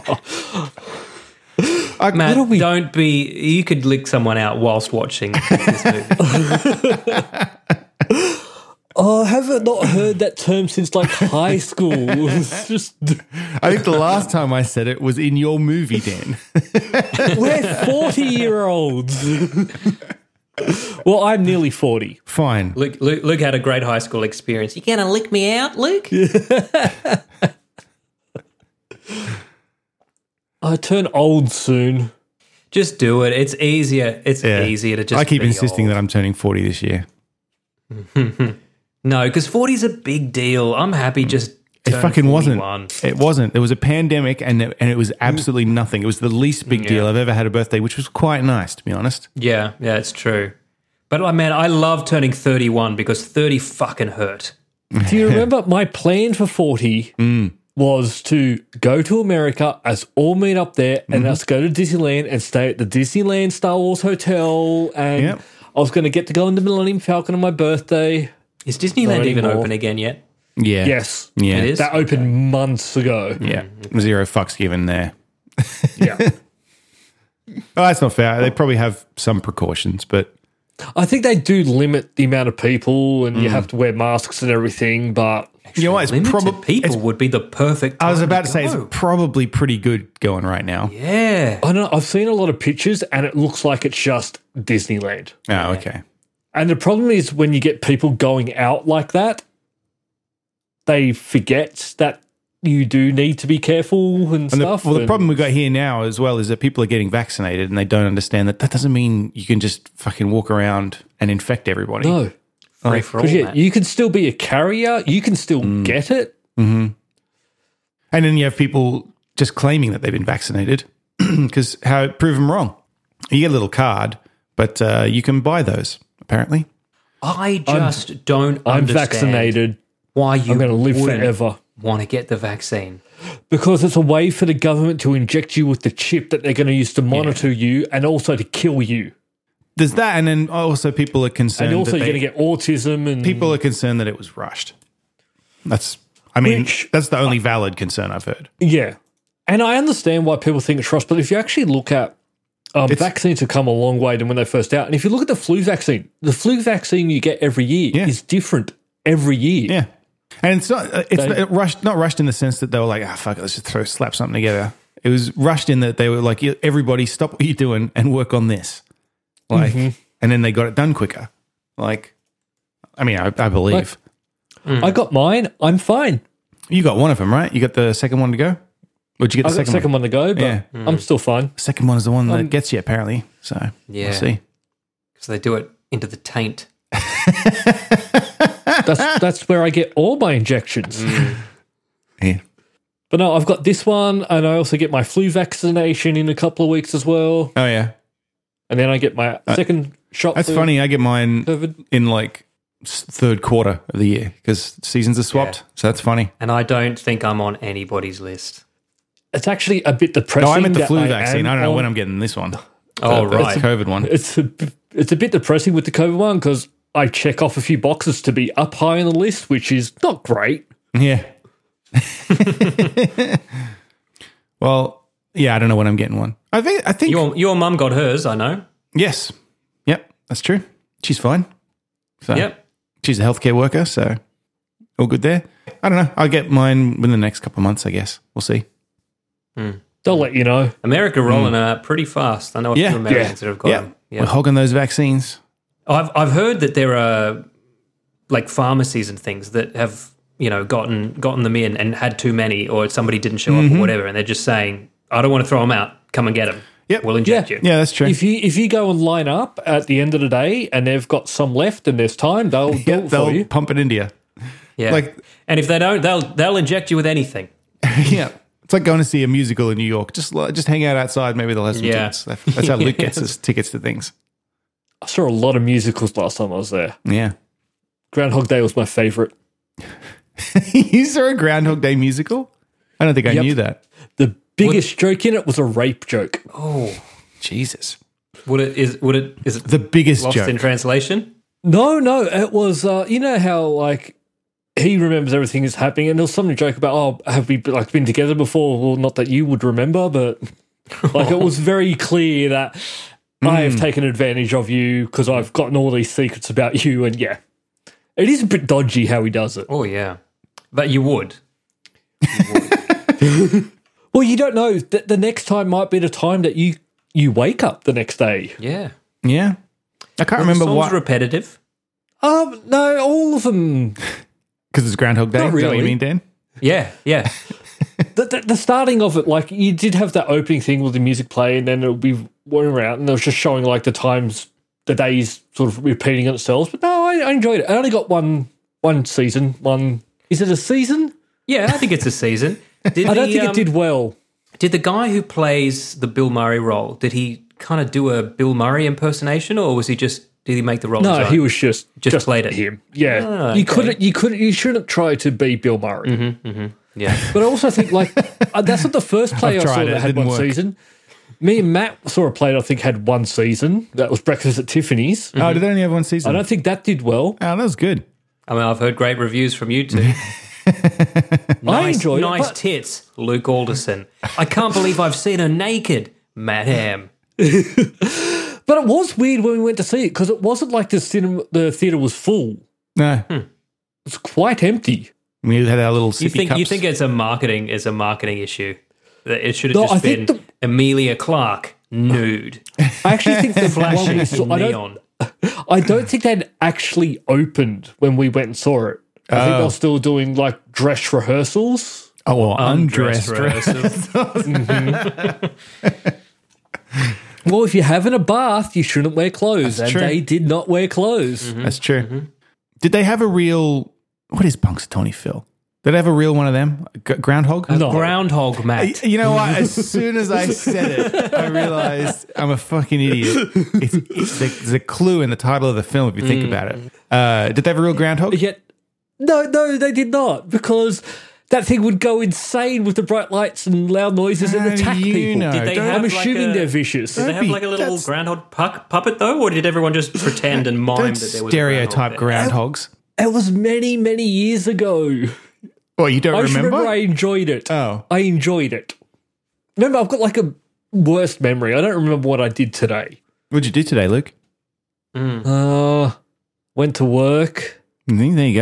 Speaker 2: I,
Speaker 3: Matt,
Speaker 2: what are we-
Speaker 3: don't be. You could lick someone out whilst watching this movie.
Speaker 1: oh, I haven't not heard that term since like high school. It's just
Speaker 2: I think the last time I said it was in your movie, Dan.
Speaker 1: we're forty year olds. well, I'm nearly forty.
Speaker 2: Fine.
Speaker 3: Luke, Luke, Luke had a great high school experience. You gonna lick me out, Luke?
Speaker 1: I turn old soon.
Speaker 3: Just do it. It's easier. It's
Speaker 2: Yeah.
Speaker 3: easier to just.
Speaker 2: I keep
Speaker 3: be
Speaker 2: insisting
Speaker 3: old.
Speaker 2: that I'm turning 40 this year.
Speaker 3: No, because forty is a big deal. I'm happy. Just
Speaker 2: Mm. It
Speaker 3: turn
Speaker 2: fucking
Speaker 3: 41.
Speaker 2: wasn't. It wasn't. There was a pandemic and it, and it was absolutely
Speaker 3: Mm.
Speaker 2: nothing. It was the least big deal I've ever had a birthday, which was quite nice, to be honest.
Speaker 3: Yeah, yeah, it's true. But I man, I love turning thirty-one because thirty fucking hurt.
Speaker 1: Do you remember my plan for 40 was to go to America, us all meet up there, and
Speaker 2: Mm-hmm.
Speaker 1: us go to Disneyland and stay at the Disneyland Star Wars Hotel. And
Speaker 2: Yep.
Speaker 1: I was going to get to go in the Millennium Falcon on my birthday.
Speaker 3: Is Disneyland
Speaker 1: Not
Speaker 3: even
Speaker 1: anymore.
Speaker 3: open again yet?
Speaker 2: Yeah.
Speaker 1: Yes.
Speaker 2: Yeah.
Speaker 3: It is.
Speaker 1: That opened months ago.
Speaker 2: Yeah. Zero fucks given there.
Speaker 1: Yeah.
Speaker 2: Oh, that's not fair. They probably have some precautions, but
Speaker 1: I think they do limit the amount of people and
Speaker 2: Mm.
Speaker 1: you have to wear masks and everything, but
Speaker 2: you know what? It's
Speaker 3: Limited
Speaker 2: probably.
Speaker 3: people would be the perfect.
Speaker 2: I was
Speaker 3: time
Speaker 2: about to say it's
Speaker 3: go.
Speaker 2: probably pretty good going right now.
Speaker 3: yeah.
Speaker 1: I don't know. I've seen a lot of pictures and it looks like it's just Disneyland.
Speaker 2: Oh, okay.
Speaker 1: And the problem is when you get people going out like that, they forget that you do need to be careful and,
Speaker 2: And the,
Speaker 1: stuff.
Speaker 2: well, the
Speaker 1: and-
Speaker 2: problem we've got here now as well is that people are getting vaccinated and they don't understand that that doesn't mean you can just fucking walk around and infect everybody.
Speaker 1: no,
Speaker 2: Oh.
Speaker 3: Free for all.
Speaker 1: 'Cause, yeah,
Speaker 3: mate.
Speaker 1: you can still be a carrier. You can still
Speaker 2: Mm.
Speaker 1: get it.
Speaker 2: And then you have people just claiming that they've been vaccinated because how prove them wrong. You get a little card, but uh, you can buy those apparently.
Speaker 3: I just don't.
Speaker 1: I'm
Speaker 3: understand
Speaker 1: vaccinated.
Speaker 3: Why you?
Speaker 1: I'm going to live forever
Speaker 3: Want to get the vaccine?
Speaker 1: because it's a way for the government to inject you with the chip that they're going to use to monitor you and also to kill you.
Speaker 2: There's that, and then also people are concerned.
Speaker 1: And also,
Speaker 2: that
Speaker 1: you're
Speaker 2: they-
Speaker 1: going to get autism and
Speaker 2: people are concerned that it was rushed. That's, I mean,
Speaker 1: Which-
Speaker 2: that's the only valid concern I've heard.
Speaker 1: Yeah. And I understand why people think it's rushed, but if you actually look at um, vaccines have come a long way than when they first out. And if you look at the flu vaccine, the flu vaccine you get every year
Speaker 2: Yeah.
Speaker 1: is different every year.
Speaker 2: Yeah, and it's not uh, it's not rushed not rushed in the sense that they were like ah fuck it, let's just throw slap something together. It was rushed in that they were like everybody stop what you're doing and work on this, like,
Speaker 1: Mm-hmm.
Speaker 2: and then they got it done quicker. Like, I mean, I, I believe
Speaker 1: I got mine. I'm fine.
Speaker 2: you got one of them right. You got the second one to go. Would you get
Speaker 1: I
Speaker 2: the
Speaker 1: got
Speaker 2: second,
Speaker 1: the second one
Speaker 2: one?
Speaker 1: Um, to go, but
Speaker 2: Yeah.
Speaker 1: I'm still fine.
Speaker 2: The second one is the one that gets you apparently. So
Speaker 3: Yeah.
Speaker 2: we'll see.
Speaker 3: Because they do it into the taint.
Speaker 1: That's that's where I get all my injections.
Speaker 2: Yeah.
Speaker 1: But no, I've got this one, and I also get my flu vaccination in a couple of weeks as well,
Speaker 2: Oh yeah, and
Speaker 1: and then I get my second shot.
Speaker 2: Uh, that's
Speaker 1: for
Speaker 2: funny. I get mine
Speaker 1: COVID.
Speaker 2: in like s- third quarter of the year because seasons are swapped. So that's funny.
Speaker 3: And I don't think I'm on anybody's list.
Speaker 1: It's actually a bit depressing.
Speaker 2: No, I meant the
Speaker 1: that
Speaker 2: flu
Speaker 1: am
Speaker 2: vaccine. I don't know
Speaker 1: on-
Speaker 2: when I'm getting this one.
Speaker 3: Oh,
Speaker 2: The- the
Speaker 3: right.
Speaker 2: COVID one.
Speaker 1: it's a, it's a bit depressing with the COVID one because I check off a few boxes to be up high on the list, which is not great.
Speaker 2: Yeah. well, yeah, I don't know when I'm getting one. I think. I think.
Speaker 3: Your your mum got hers. I know.
Speaker 2: yes. Yep, that's true. She's fine. So
Speaker 3: Yep.
Speaker 2: she's a healthcare worker, so all good there. I don't know. I'll get mine within the next couple of months, I guess. We'll see.
Speaker 1: They'll let you know.
Speaker 3: America rolling out pretty fast. I know a
Speaker 2: Hmm. Yeah.
Speaker 3: few Americans that have got
Speaker 2: yeah.
Speaker 3: them.
Speaker 2: We're hogging those vaccines.
Speaker 3: I've I've heard that there are like pharmacies and things that have you know gotten gotten them in and had too many, or somebody didn't show
Speaker 2: Mm-hmm.
Speaker 3: up or whatever, and they're just saying, "I don't want to throw them out. Come and get them.
Speaker 2: Yep.
Speaker 3: We'll inject you."
Speaker 2: Yeah, that's true.
Speaker 1: If you if you go and line up at the end of the day and they've got some left and there's time, they'll do
Speaker 2: Yeah,
Speaker 1: it for
Speaker 2: they'll
Speaker 1: you.
Speaker 2: pump it into you.
Speaker 3: Yeah.
Speaker 2: Like-
Speaker 3: and if they don't, they'll they'll inject you with anything.
Speaker 2: Yeah. It's like going to see a musical in New York. Just li- just hang out outside. Maybe they'll have some
Speaker 3: Yeah.
Speaker 2: tickets. That- That's how Luke gets his tickets to things.
Speaker 1: I saw a lot of musicals last time I was there.
Speaker 2: Yeah.
Speaker 1: Groundhog Day was my favorite.
Speaker 2: you saw a Groundhog Day musical? I don't think I knew that.
Speaker 1: The biggest joke in it was a rape joke.
Speaker 2: Jesus.
Speaker 3: Oh, Would it is would it is it
Speaker 2: The biggest
Speaker 3: lost
Speaker 2: joke.
Speaker 3: in translation?
Speaker 1: No, no, it was uh, you know how like he remembers everything that's happening, and there was some joke about oh have we like been together before? Well, not that you would remember, but like it was very clear that Hmm. I have taken advantage of you because I've gotten all these secrets about you, and yeah, It is a bit dodgy how he does it.
Speaker 3: Oh yeah, but you would.
Speaker 1: Well, you don't know that the next time might be the time that you you wake up the next day.
Speaker 3: Yeah.
Speaker 2: Yeah. I can't
Speaker 3: The
Speaker 2: remember
Speaker 3: song's
Speaker 2: what.
Speaker 3: repetitive.
Speaker 1: Um, no, all of them.
Speaker 2: Because it's Groundhog Day.
Speaker 1: Not
Speaker 2: Is that what you
Speaker 1: really.
Speaker 2: mean, Dan?
Speaker 3: Mm-hmm. Yeah, yeah.
Speaker 1: The, the, the starting of it, like you did have that opening thing with the music play, and then it'll be warming out, and it was just showing like the times, the days sort of repeating itself. But no, I, I enjoyed it. I only got one one season. One is it a season?
Speaker 3: Yeah, I think it's a season. Did
Speaker 1: I don't
Speaker 3: the,
Speaker 1: think
Speaker 3: um,
Speaker 1: it did well.
Speaker 3: Did the guy who plays the Bill Murray role, did he kind of do a Bill Murray impersonation or was he just, did he make the role?
Speaker 1: No,
Speaker 3: his own?
Speaker 1: he was just
Speaker 3: Just played it.
Speaker 1: him. Yeah,
Speaker 3: Ah,
Speaker 1: you
Speaker 3: okay.
Speaker 1: couldn't, you couldn't, you shouldn't try to be Bill Murray.
Speaker 3: Yeah.
Speaker 1: But I also think like uh, that's not the first player I saw
Speaker 2: tried it,
Speaker 1: that
Speaker 2: it
Speaker 1: had
Speaker 2: didn't
Speaker 1: one
Speaker 2: work.
Speaker 1: season. Me and Matt saw a player I think had one season. That was Breakfast at Tiffany's.
Speaker 2: Oh, did they only have one season?
Speaker 1: I don't think that did well.
Speaker 2: Oh, that was good.
Speaker 3: I mean, I've heard great reviews from you two. nice,
Speaker 1: I enjoyed
Speaker 3: nice
Speaker 1: it. but-
Speaker 3: tits, Luke Alderson. I can't believe I've seen her naked, Matt Ham.
Speaker 1: But, it was weird when we went to see it because it wasn't like the cinema, the theater was full. It
Speaker 2: No.
Speaker 1: was quite empty.
Speaker 2: We had our little sippy
Speaker 3: Hmm. You think
Speaker 2: cups.
Speaker 3: you think it's a marketing it's a marketing issue? That It should have
Speaker 1: No, I
Speaker 3: just been
Speaker 1: think
Speaker 3: Amelia Clark nude,
Speaker 1: I actually think the one
Speaker 3: flashing
Speaker 1: we saw, I don't,
Speaker 3: neon.
Speaker 1: I don't think they'd actually opened when we went and saw it. I think
Speaker 3: Oh.
Speaker 1: they were still doing like dress rehearsals.
Speaker 2: oh, well, undressed.
Speaker 3: Dress rehearsal.
Speaker 1: Well, if you're having a bath, you shouldn't wear clothes. and
Speaker 2: true.
Speaker 1: they did not wear clothes.
Speaker 3: Mm-hmm.
Speaker 2: That's true. Did they have a real? What is Punxsutawney Phil? Did they have a real one of them? G- groundhog?
Speaker 1: No.
Speaker 3: Groundhog
Speaker 2: Y-
Speaker 3: Matt.
Speaker 2: You know what? As soon as I said it, I realized I'm a fucking idiot. It's, it's, there's a clue in the title of the film if you
Speaker 3: Mm.
Speaker 2: think about it. Uh, did they have a real groundhog?
Speaker 1: Yet, no, no, they did not because that thing would go insane with the bright lights and loud noises and
Speaker 2: How do
Speaker 1: attack
Speaker 2: you
Speaker 1: people.
Speaker 2: know? Did
Speaker 3: they
Speaker 1: I'm
Speaker 3: have like
Speaker 1: assuming
Speaker 3: a-
Speaker 1: they're vicious.
Speaker 3: Did they have
Speaker 2: Don't
Speaker 3: like a
Speaker 2: be-
Speaker 3: little
Speaker 2: that's-
Speaker 3: groundhog puck, puppet though, or did everyone just pretend and mime
Speaker 2: Don't
Speaker 3: that there was
Speaker 2: stereotype
Speaker 3: a groundhog
Speaker 2: groundhogs.
Speaker 3: there?
Speaker 1: It was many, many years ago.
Speaker 2: Well, you don't
Speaker 1: I just
Speaker 2: remember?
Speaker 1: remember I enjoyed it.
Speaker 2: Oh.
Speaker 1: I enjoyed it. Remember, I've got like a worst memory. I don't remember what I did today.
Speaker 2: What'd you do today, Luke?
Speaker 1: Uh, went to work.
Speaker 2: Mm, There you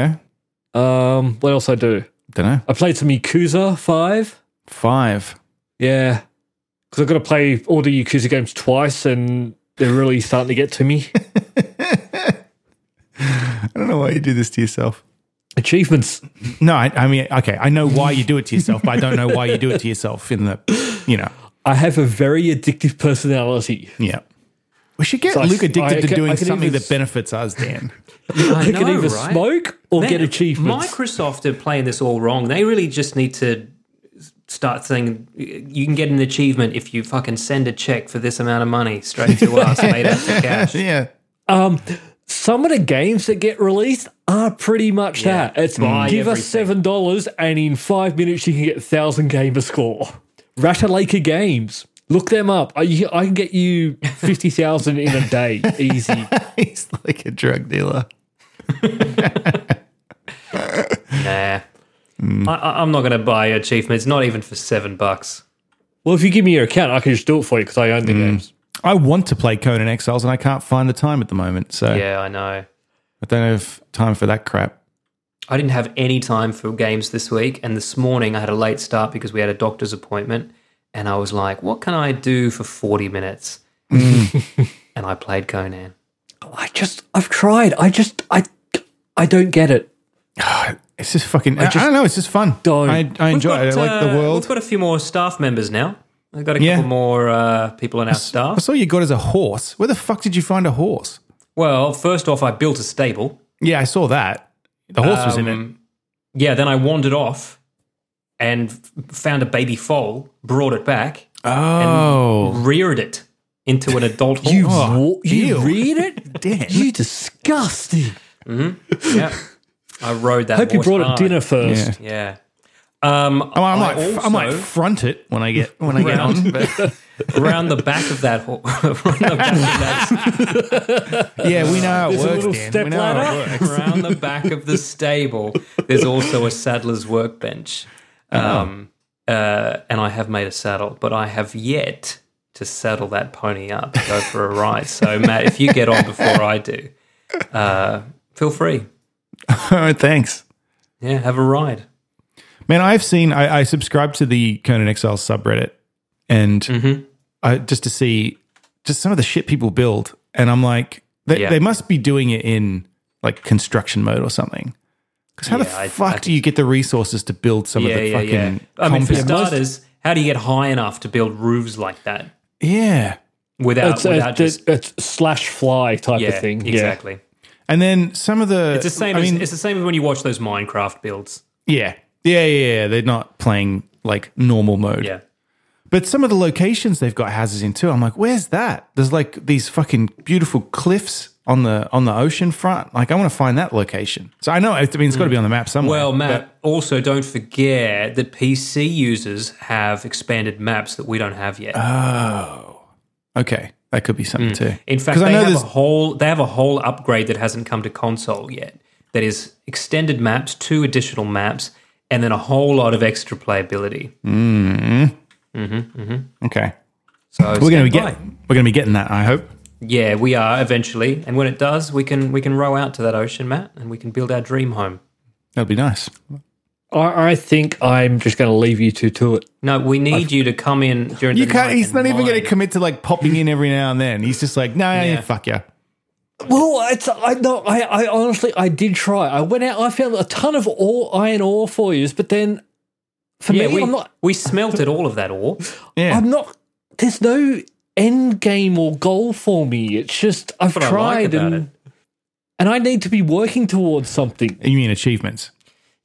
Speaker 2: go.
Speaker 1: Um, what else I do?
Speaker 2: Don't know.
Speaker 1: I played some Yakuza Five.
Speaker 2: Five.
Speaker 1: Yeah. Because I've got to play all the Yakuza games twice and they're really starting to get to me.
Speaker 2: I don't know why you do this to yourself.
Speaker 1: Achievements.
Speaker 2: No, I, I mean, okay, I know why you do it to yourself, but I don't know why you do it to yourself in the, you know,
Speaker 1: I have a very addictive personality.
Speaker 2: yeah. We should get
Speaker 1: So I-
Speaker 2: Luke addicted
Speaker 1: I
Speaker 2: to
Speaker 1: can-
Speaker 2: doing
Speaker 1: I can
Speaker 2: something
Speaker 1: even-
Speaker 2: that benefits us, Dan.
Speaker 1: I,
Speaker 3: know,
Speaker 1: can either
Speaker 3: right?
Speaker 1: smoke or get
Speaker 3: Man,
Speaker 1: achievements.
Speaker 3: Microsoft are playing this all wrong. They really just need to start saying you can get an achievement if you fucking send a check for this amount of money straight to us made out to cash.
Speaker 2: yeah.
Speaker 1: um, some of the games that get released are pretty much
Speaker 3: Yeah. Mm.
Speaker 1: that. It's
Speaker 3: Buy
Speaker 1: give us
Speaker 3: everything.
Speaker 1: seven dollars and in five minutes you can get thousand gamer score. Ratalaker Games. Look them up. I, I can get you fifty thousand in a day, easy.
Speaker 2: He's like a drug dealer.
Speaker 3: Nah.
Speaker 2: Hmm.
Speaker 3: I, I, I'm not going to buy achievements, not even for seven bucks.
Speaker 1: Well, if you give me your account, I can just do it for you because I own the
Speaker 3: Mm.
Speaker 1: games.
Speaker 2: I want to play Conan Exiles and I can't find the time at the moment. So
Speaker 3: Yeah, I know.
Speaker 2: I don't have time for that crap.
Speaker 3: I didn't have any time for games this week, and this morning I had a late start because we had a doctor's appointment, and I was like, "What can I do for forty minutes?" and I played Conan.
Speaker 1: Oh, I just I've tried. I just I I don't get it.
Speaker 2: It's just fucking, I, I don't know, it's just fun.
Speaker 1: Don't.
Speaker 2: I, I enjoy it. I like the
Speaker 3: uh,
Speaker 2: world.
Speaker 3: We've got a few more staff members now. We've got a
Speaker 2: Yeah.
Speaker 3: couple more uh, people on our
Speaker 2: I
Speaker 3: staff.
Speaker 2: saw you got as a horse. Where the fuck did you find a horse?
Speaker 3: Well, first off, I built a stable.
Speaker 2: Yeah, I saw that. The horse was in it.
Speaker 3: Um, Yeah, then I wandered off and f- found a baby foal, brought it back,
Speaker 2: Oh.
Speaker 3: reared it into an adult horse.
Speaker 1: Wa- you
Speaker 2: ew.
Speaker 1: read it?
Speaker 2: Dan.
Speaker 1: You disgusting.
Speaker 3: yeah. I rode that.
Speaker 1: Hope you
Speaker 3: horse
Speaker 1: brought it
Speaker 3: hard.
Speaker 1: dinner first.
Speaker 3: Yeah. Um,
Speaker 2: I,
Speaker 3: I
Speaker 2: might, I,
Speaker 3: also,
Speaker 2: might front it when I get when I get on. But
Speaker 3: around the back of that horse. around the back of that
Speaker 2: yeah, we know how it
Speaker 1: There's a
Speaker 2: works,
Speaker 1: little
Speaker 2: Dan.
Speaker 1: step
Speaker 2: we know how it
Speaker 1: ladder.
Speaker 2: works.
Speaker 3: around the back of the stable, there's also a saddler's workbench.
Speaker 2: Oh.
Speaker 3: Um, uh, and I have made a saddle, but I have yet to saddle that pony up to go for a ride. So, Matt, if you get on before I do, uh, feel free.
Speaker 2: Oh, thanks.
Speaker 3: Yeah, have a ride.
Speaker 2: Man, I've seen, I, I subscribe to the Conan Exiles subreddit and
Speaker 3: Mm-hmm.
Speaker 2: I, just to see just some of the shit people build. And I'm like, they,
Speaker 3: Yeah.
Speaker 2: they must be doing it in like construction mode or something. Because how the
Speaker 3: Yeah, I- I
Speaker 2: fuck do you get the resources to build some of
Speaker 3: Yeah,
Speaker 2: the
Speaker 3: yeah,
Speaker 2: fucking.
Speaker 3: yeah. I mean, for
Speaker 2: compound-
Speaker 3: starters, how do you get high enough to build roofs like that
Speaker 2: yeah.
Speaker 3: without
Speaker 2: uh,
Speaker 1: It's,
Speaker 3: Uh, without
Speaker 1: it's,
Speaker 3: just
Speaker 1: it's slash fly type
Speaker 3: yeah,
Speaker 1: of thing. Yeah.
Speaker 3: exactly.
Speaker 2: And then some of the.
Speaker 3: It's the same.
Speaker 2: I
Speaker 3: as,
Speaker 2: mean,
Speaker 3: it's the same as when you watch those Minecraft builds.
Speaker 2: yeah. Yeah, yeah, yeah. They're not playing like normal mode.
Speaker 3: Yeah,
Speaker 2: But some of the locations they've got houses in too. I'm like, where's that? There's like these fucking beautiful cliffs on the on the ocean front. Like, I want to find that location. So I know. I mean, it's got to be on the map somewhere.
Speaker 3: Well, Matt, also don't forget that PC users have expanded maps that we don't have yet.
Speaker 2: Ah. oh, okay, that could be something too.
Speaker 3: Hmm. In fact,
Speaker 2: 'Cause
Speaker 3: they
Speaker 2: I know
Speaker 3: have a
Speaker 2: there's
Speaker 3: whole they have a whole upgrade that hasn't come to console yet. That is extended maps, two additional maps, and then a whole lot of extra playability.
Speaker 2: Hmm. okay.
Speaker 3: So
Speaker 2: We're gonna be
Speaker 3: stand by.
Speaker 2: getting we're gonna be getting that. I hope.
Speaker 3: Yeah, we are eventually, and when it does, we can we can row out to that ocean, Matt, and we can build our dream home.
Speaker 2: That'll be nice.
Speaker 1: I, I think I'm just going to leave you two to it.
Speaker 3: No, we need you to come in during.
Speaker 2: You
Speaker 3: the
Speaker 2: can't.
Speaker 3: night
Speaker 2: He's
Speaker 3: and
Speaker 2: not even
Speaker 3: mine.
Speaker 2: going to commit to like popping in every now and then. He's just like, no, yeah.
Speaker 3: Yeah.
Speaker 2: fuck yeah.
Speaker 1: Well, it's I no, I, I honestly I did try. I went out. I found a ton of all iron ore for you, but then for
Speaker 3: Yeah,
Speaker 1: me,
Speaker 3: we,
Speaker 1: I'm not.
Speaker 3: we smelted all of that ore.
Speaker 2: Yeah.
Speaker 1: I'm not. There's no end game or goal for me. It's just I've
Speaker 3: what I
Speaker 1: tried
Speaker 3: like about
Speaker 1: and
Speaker 3: it.
Speaker 1: and I need to be working towards something.
Speaker 2: you mean achievements?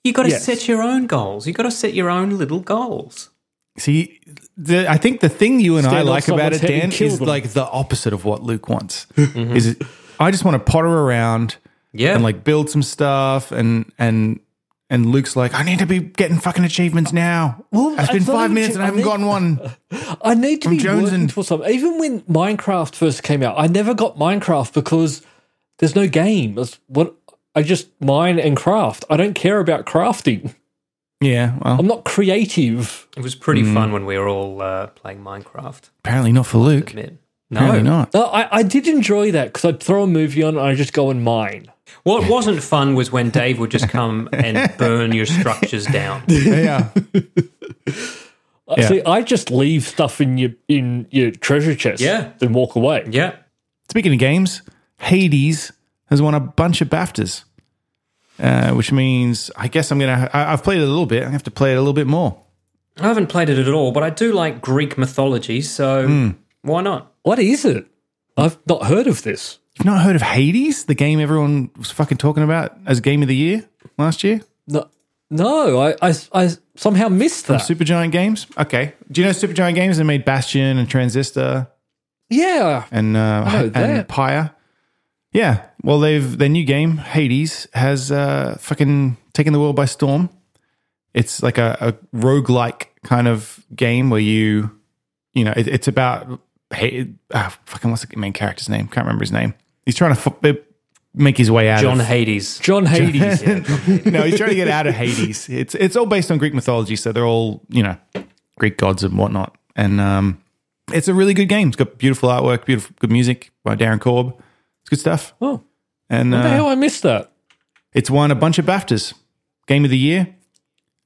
Speaker 3: You got to
Speaker 1: Yes.
Speaker 3: set your own goals. You got to set your own little goals.
Speaker 2: See, the, I think the thing you and I
Speaker 1: Stand on
Speaker 2: like about
Speaker 1: someone's
Speaker 2: it,
Speaker 1: head and
Speaker 2: Dan,
Speaker 1: kill
Speaker 2: is
Speaker 1: them.
Speaker 2: like the opposite of what Luke wants. Mm-hmm. Is it, I just want to potter around
Speaker 3: Yeah,
Speaker 2: and like build some stuff, and and and Luke's like, I need to be getting fucking achievements now.
Speaker 1: Well,
Speaker 2: it's been
Speaker 1: it's not
Speaker 2: five
Speaker 1: even
Speaker 2: minutes
Speaker 1: achie-
Speaker 2: and
Speaker 1: I
Speaker 2: I haven't
Speaker 1: think-
Speaker 2: gotten one.
Speaker 1: I need to be
Speaker 2: Jonesing.
Speaker 1: working towards something. Even when Minecraft first came out, I never got Minecraft because there's no game. That's what I just mine and craft. I don't care about crafting.
Speaker 2: Yeah, well,
Speaker 1: I'm not creative.
Speaker 3: it was pretty
Speaker 2: mm.
Speaker 3: fun when we were all uh, playing Minecraft.
Speaker 2: apparently not for Luke.
Speaker 3: Admit.
Speaker 2: Apparently
Speaker 3: No,
Speaker 2: not.
Speaker 1: No, Uh, I, I did enjoy that because I'd throw a movie on and I just go and mine.
Speaker 3: what wasn't fun was when Dave would just come and burn your structures down.
Speaker 2: yeah,
Speaker 1: Uh,
Speaker 2: Yeah.
Speaker 1: See, I just leave stuff in your in your treasure chest.
Speaker 3: Yeah.
Speaker 1: Then walk away.
Speaker 3: Yeah,
Speaker 2: Speaking of games, Hades has won a bunch of BAFTAs, uh, which means I guess I'm gonna. I, I've played it a little bit. I have to play it a little bit more.
Speaker 3: I haven't played it at all, but I do like Greek mythology, so
Speaker 2: Hmm.
Speaker 3: why not?
Speaker 1: What is it? I've not heard of this.
Speaker 2: You've not heard of Hades, the game everyone was fucking talking about as game of the year last year?
Speaker 1: No, no, I, I, I somehow missed that.
Speaker 2: Supergiant Games? Okay. Do you know Supergiant Games? They made Bastion and Transistor
Speaker 1: yeah.
Speaker 2: and uh,
Speaker 1: know
Speaker 2: and
Speaker 1: that.
Speaker 2: Pyre. Yeah. Well, they've their new game Hades has uh, fucking taken the world by storm. It's like a, a roguelike kind of game where you, you know, it, it's about hey, ah, fucking what's the main character's name? Can't remember his name. He's trying to f- make his way out.
Speaker 3: John
Speaker 2: of,
Speaker 3: Hades.
Speaker 1: John Hades.
Speaker 2: no, he's trying to get out of Hades. It's it's all based on Greek mythology, so they're all you know Greek gods and whatnot. And um, it's a really good game. It's got beautiful artwork, beautiful good music by Darren Korb. It's good stuff.
Speaker 1: oh,
Speaker 2: And
Speaker 1: what the
Speaker 2: uh,
Speaker 1: hell? I missed that.
Speaker 2: it's won a bunch of Baftas, Game of the Year,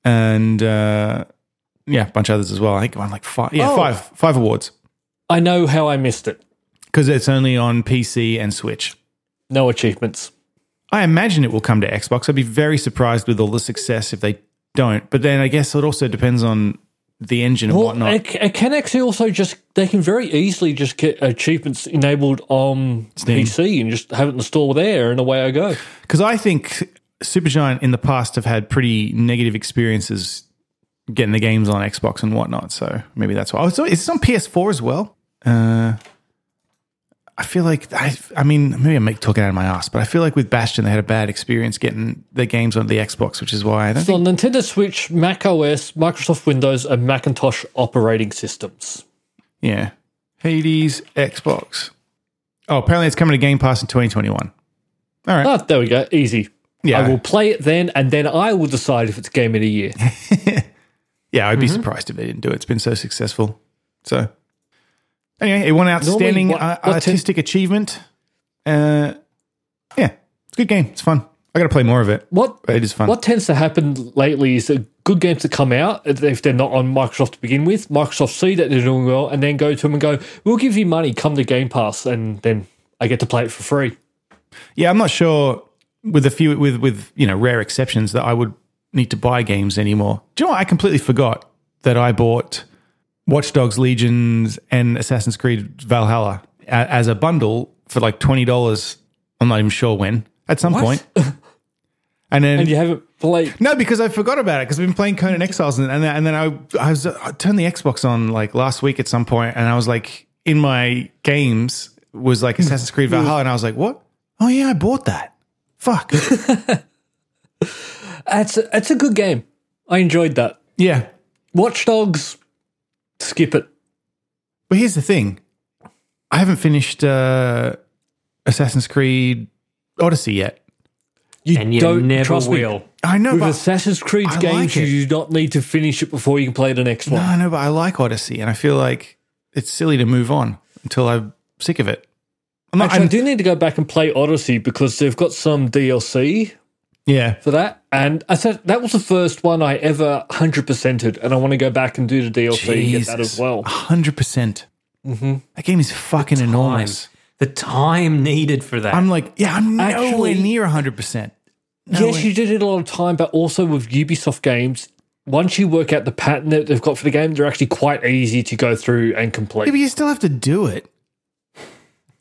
Speaker 2: and uh, yeah, a bunch of others as well. I think it won like five, yeah,
Speaker 1: Oh.
Speaker 2: five five awards
Speaker 1: I know how I missed it.
Speaker 2: because it's only on PC and Switch.
Speaker 1: No achievements.
Speaker 2: I imagine it will come to Xbox. I'd be very surprised with all the success if they don't. But then I guess it also depends on the engine and
Speaker 1: Well,
Speaker 2: whatnot.
Speaker 1: it, it can actually also just they can very easily just get achievements enabled on PC and just have it installed there, and away I go.
Speaker 2: Because I think Supergiant in the past have had pretty negative experiences getting the games on Xbox and whatnot. So maybe that's why. Oh, so it's on PS4 as well. Uh, I feel like I. I mean, maybe I'm talking out of my ass, but I feel like with Bastion they had a bad experience getting their games on the Xbox, which is why I don't
Speaker 1: It's on Nintendo Switch, Mac OS, Microsoft Windows, and Macintosh operating systems.
Speaker 2: Yeah. Hades, Xbox. Oh, apparently it's coming to Game Pass in 2021.
Speaker 1: Ah, there we go. Easy.
Speaker 2: Yeah.
Speaker 1: I will play it then, and then I will decide if it's game of the year.
Speaker 2: Yeah,
Speaker 1: Mm-hmm.
Speaker 2: I'd be surprised if they didn't do it. It's been so successful. So, anyway, it won outstanding
Speaker 1: what-
Speaker 2: uh,
Speaker 1: what
Speaker 2: artistic achievement. Uh, yeah, it's a good game. It's fun. I got to play more of it.
Speaker 1: What
Speaker 2: It is fun.
Speaker 1: What tends to happen lately is that good games that come out, if they're not on Microsoft to begin with, Microsoft see that they're doing well and then go to them and go, "We'll give you money. Come to Game Pass, and then I get to play it for free."
Speaker 2: Yeah, I'm not sure with a few with with you know rare exceptions that I would need to buy games anymore. Do you know what? I completely forgot that I bought Watch Dogs Legions and Assassin's Creed Valhalla a- as a bundle for like twenty dollars. I'm not even sure when at some point. And then
Speaker 1: And you haven't played.
Speaker 2: no, because I forgot about it because I've been playing Conan Exiles and, and, then- and then I I, was, I turned the Xbox on like last week at some point and I was like in my games was like Assassin's Creed Valhalla and I was like what? Oh yeah, I bought that. Fuck.
Speaker 1: It's a, it's a good game. I enjoyed that.
Speaker 2: yeah,
Speaker 1: Watch Dogs, skip it.
Speaker 2: but here's the thing, I haven't finished uh, Assassin's Creed Odyssey yet.
Speaker 1: You
Speaker 3: and you
Speaker 1: don't
Speaker 3: never
Speaker 1: trust me.
Speaker 3: will.
Speaker 2: I know,
Speaker 1: With
Speaker 2: but
Speaker 1: Assassin's Creed
Speaker 2: I
Speaker 1: games,
Speaker 2: like it.
Speaker 1: you do not need to finish it before you can play the next
Speaker 2: no,
Speaker 1: one.
Speaker 2: I know, but I like Odyssey and I feel like it's silly to move on until I'm sick of it. I'm not.
Speaker 1: Actually, i
Speaker 2: I'm-
Speaker 1: do need to go back and play Odyssey because they've got some DLC
Speaker 2: yeah,
Speaker 1: for that. And I said that was the first one I ever 100%ed, and I want to go back and do the DLC and get that as well.
Speaker 2: Hundred percent. That game is fucking enormous.
Speaker 3: The time needed for that.
Speaker 2: I'm like, yeah, I'm nowhere
Speaker 1: Actually-
Speaker 2: near hundred percent.
Speaker 1: yes, you did it a lot of time, but also with Ubisoft games, once you work out the pattern that they've got for the game, they're actually quite easy to go through and complete.
Speaker 2: Yeah, but you still have to do it.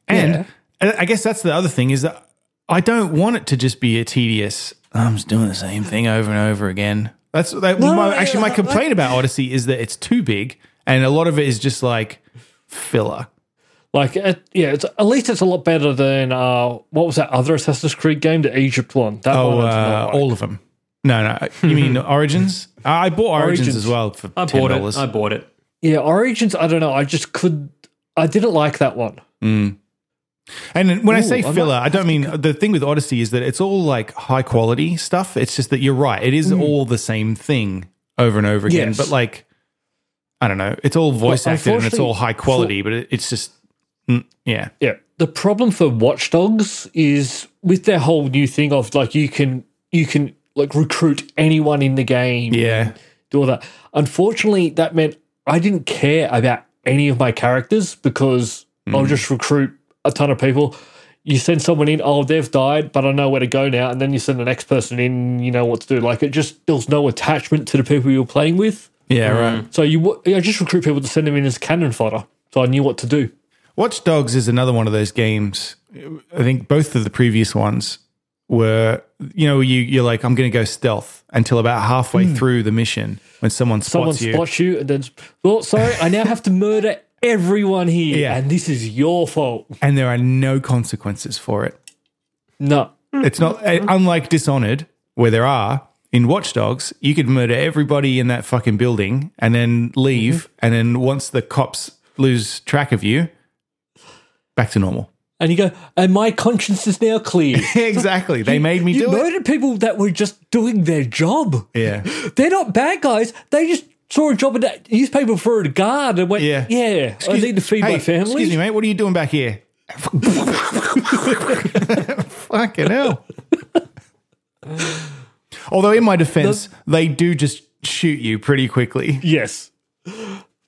Speaker 2: And and I guess that's the other thing is that I don't want it to just be a tedious. I'm just doing the same thing over and over again. That's that, my, actually my complaint about Odyssey is that it's too big, and a lot of it is just like filler.
Speaker 1: Like, it, yeah, it's, at least it's a lot better than uh, what was that other Assassin's Creed game, the Egypt one? That one
Speaker 2: Oh,
Speaker 1: I did not
Speaker 2: uh,
Speaker 1: like.
Speaker 2: all of them. No, no. You mean Origins? I I bought Origins,
Speaker 1: Origins.
Speaker 2: as well for
Speaker 3: I
Speaker 2: ten
Speaker 3: bought
Speaker 2: dollars.
Speaker 3: it. I bought it.
Speaker 1: yeah, Origins. I don't know. I just could. I didn't like that one.
Speaker 2: And when I say
Speaker 1: Ooh, I
Speaker 2: filler, I don't mean the thing with Odyssey is that it's all like high quality stuff. It's just that you're right. It is all the same thing over and over again.
Speaker 1: Mm. Yes.
Speaker 2: But like, I don't know. It's all voice
Speaker 1: Well,
Speaker 2: acted and it's
Speaker 1: unfortunately,
Speaker 2: all high quality, but it, it's just, mm, yeah.
Speaker 1: Yeah. The problem for Watchdogs is with their whole new thing of like you can you can like recruit anyone in the game,
Speaker 2: Yeah.
Speaker 1: do all that. Unfortunately, that meant I didn't care about any of my characters because I'll just recruit a ton of people. You send someone in, oh, they've died, but I know where to go now. And then you send the next person in, you know what to do. Like it just there's no attachment to the people you're playing with.
Speaker 2: Yeah, right.
Speaker 1: So you, wa- I just recruit people to send them in as cannon fodder. So I knew what to do.
Speaker 2: Watch Dogs is another one of those games. I think both of the previous ones were, you know, you, you're like, I'm going to go stealth until about halfway through the mission when someone spots
Speaker 1: Mm. someone
Speaker 2: you.
Speaker 1: spots you and then well sorry i now have to murder everyone here
Speaker 2: Yeah.
Speaker 1: and this is your fault
Speaker 2: and there are no consequences for it.
Speaker 1: no
Speaker 2: It's not uh, unlike Dishonored, where there are in Watch Dogs, you could murder everybody in that fucking building and then leave,
Speaker 1: Mm-hmm.
Speaker 2: and then once the cops lose track of you, back to normal.
Speaker 1: and you go and my conscience is now clear
Speaker 2: exactly, they made me
Speaker 1: you
Speaker 2: do it.
Speaker 1: murdered people that were just doing their job
Speaker 2: Yeah,
Speaker 1: they're not bad guys they just saw a job in that newspaper for a guard and went
Speaker 2: Yeah.
Speaker 1: yeah, i need to feed
Speaker 2: Hey,
Speaker 1: my family
Speaker 2: Excuse me, mate. What are you doing back here? fucking hell. Although, in my defense, they do just shoot you pretty quickly.
Speaker 1: Yes.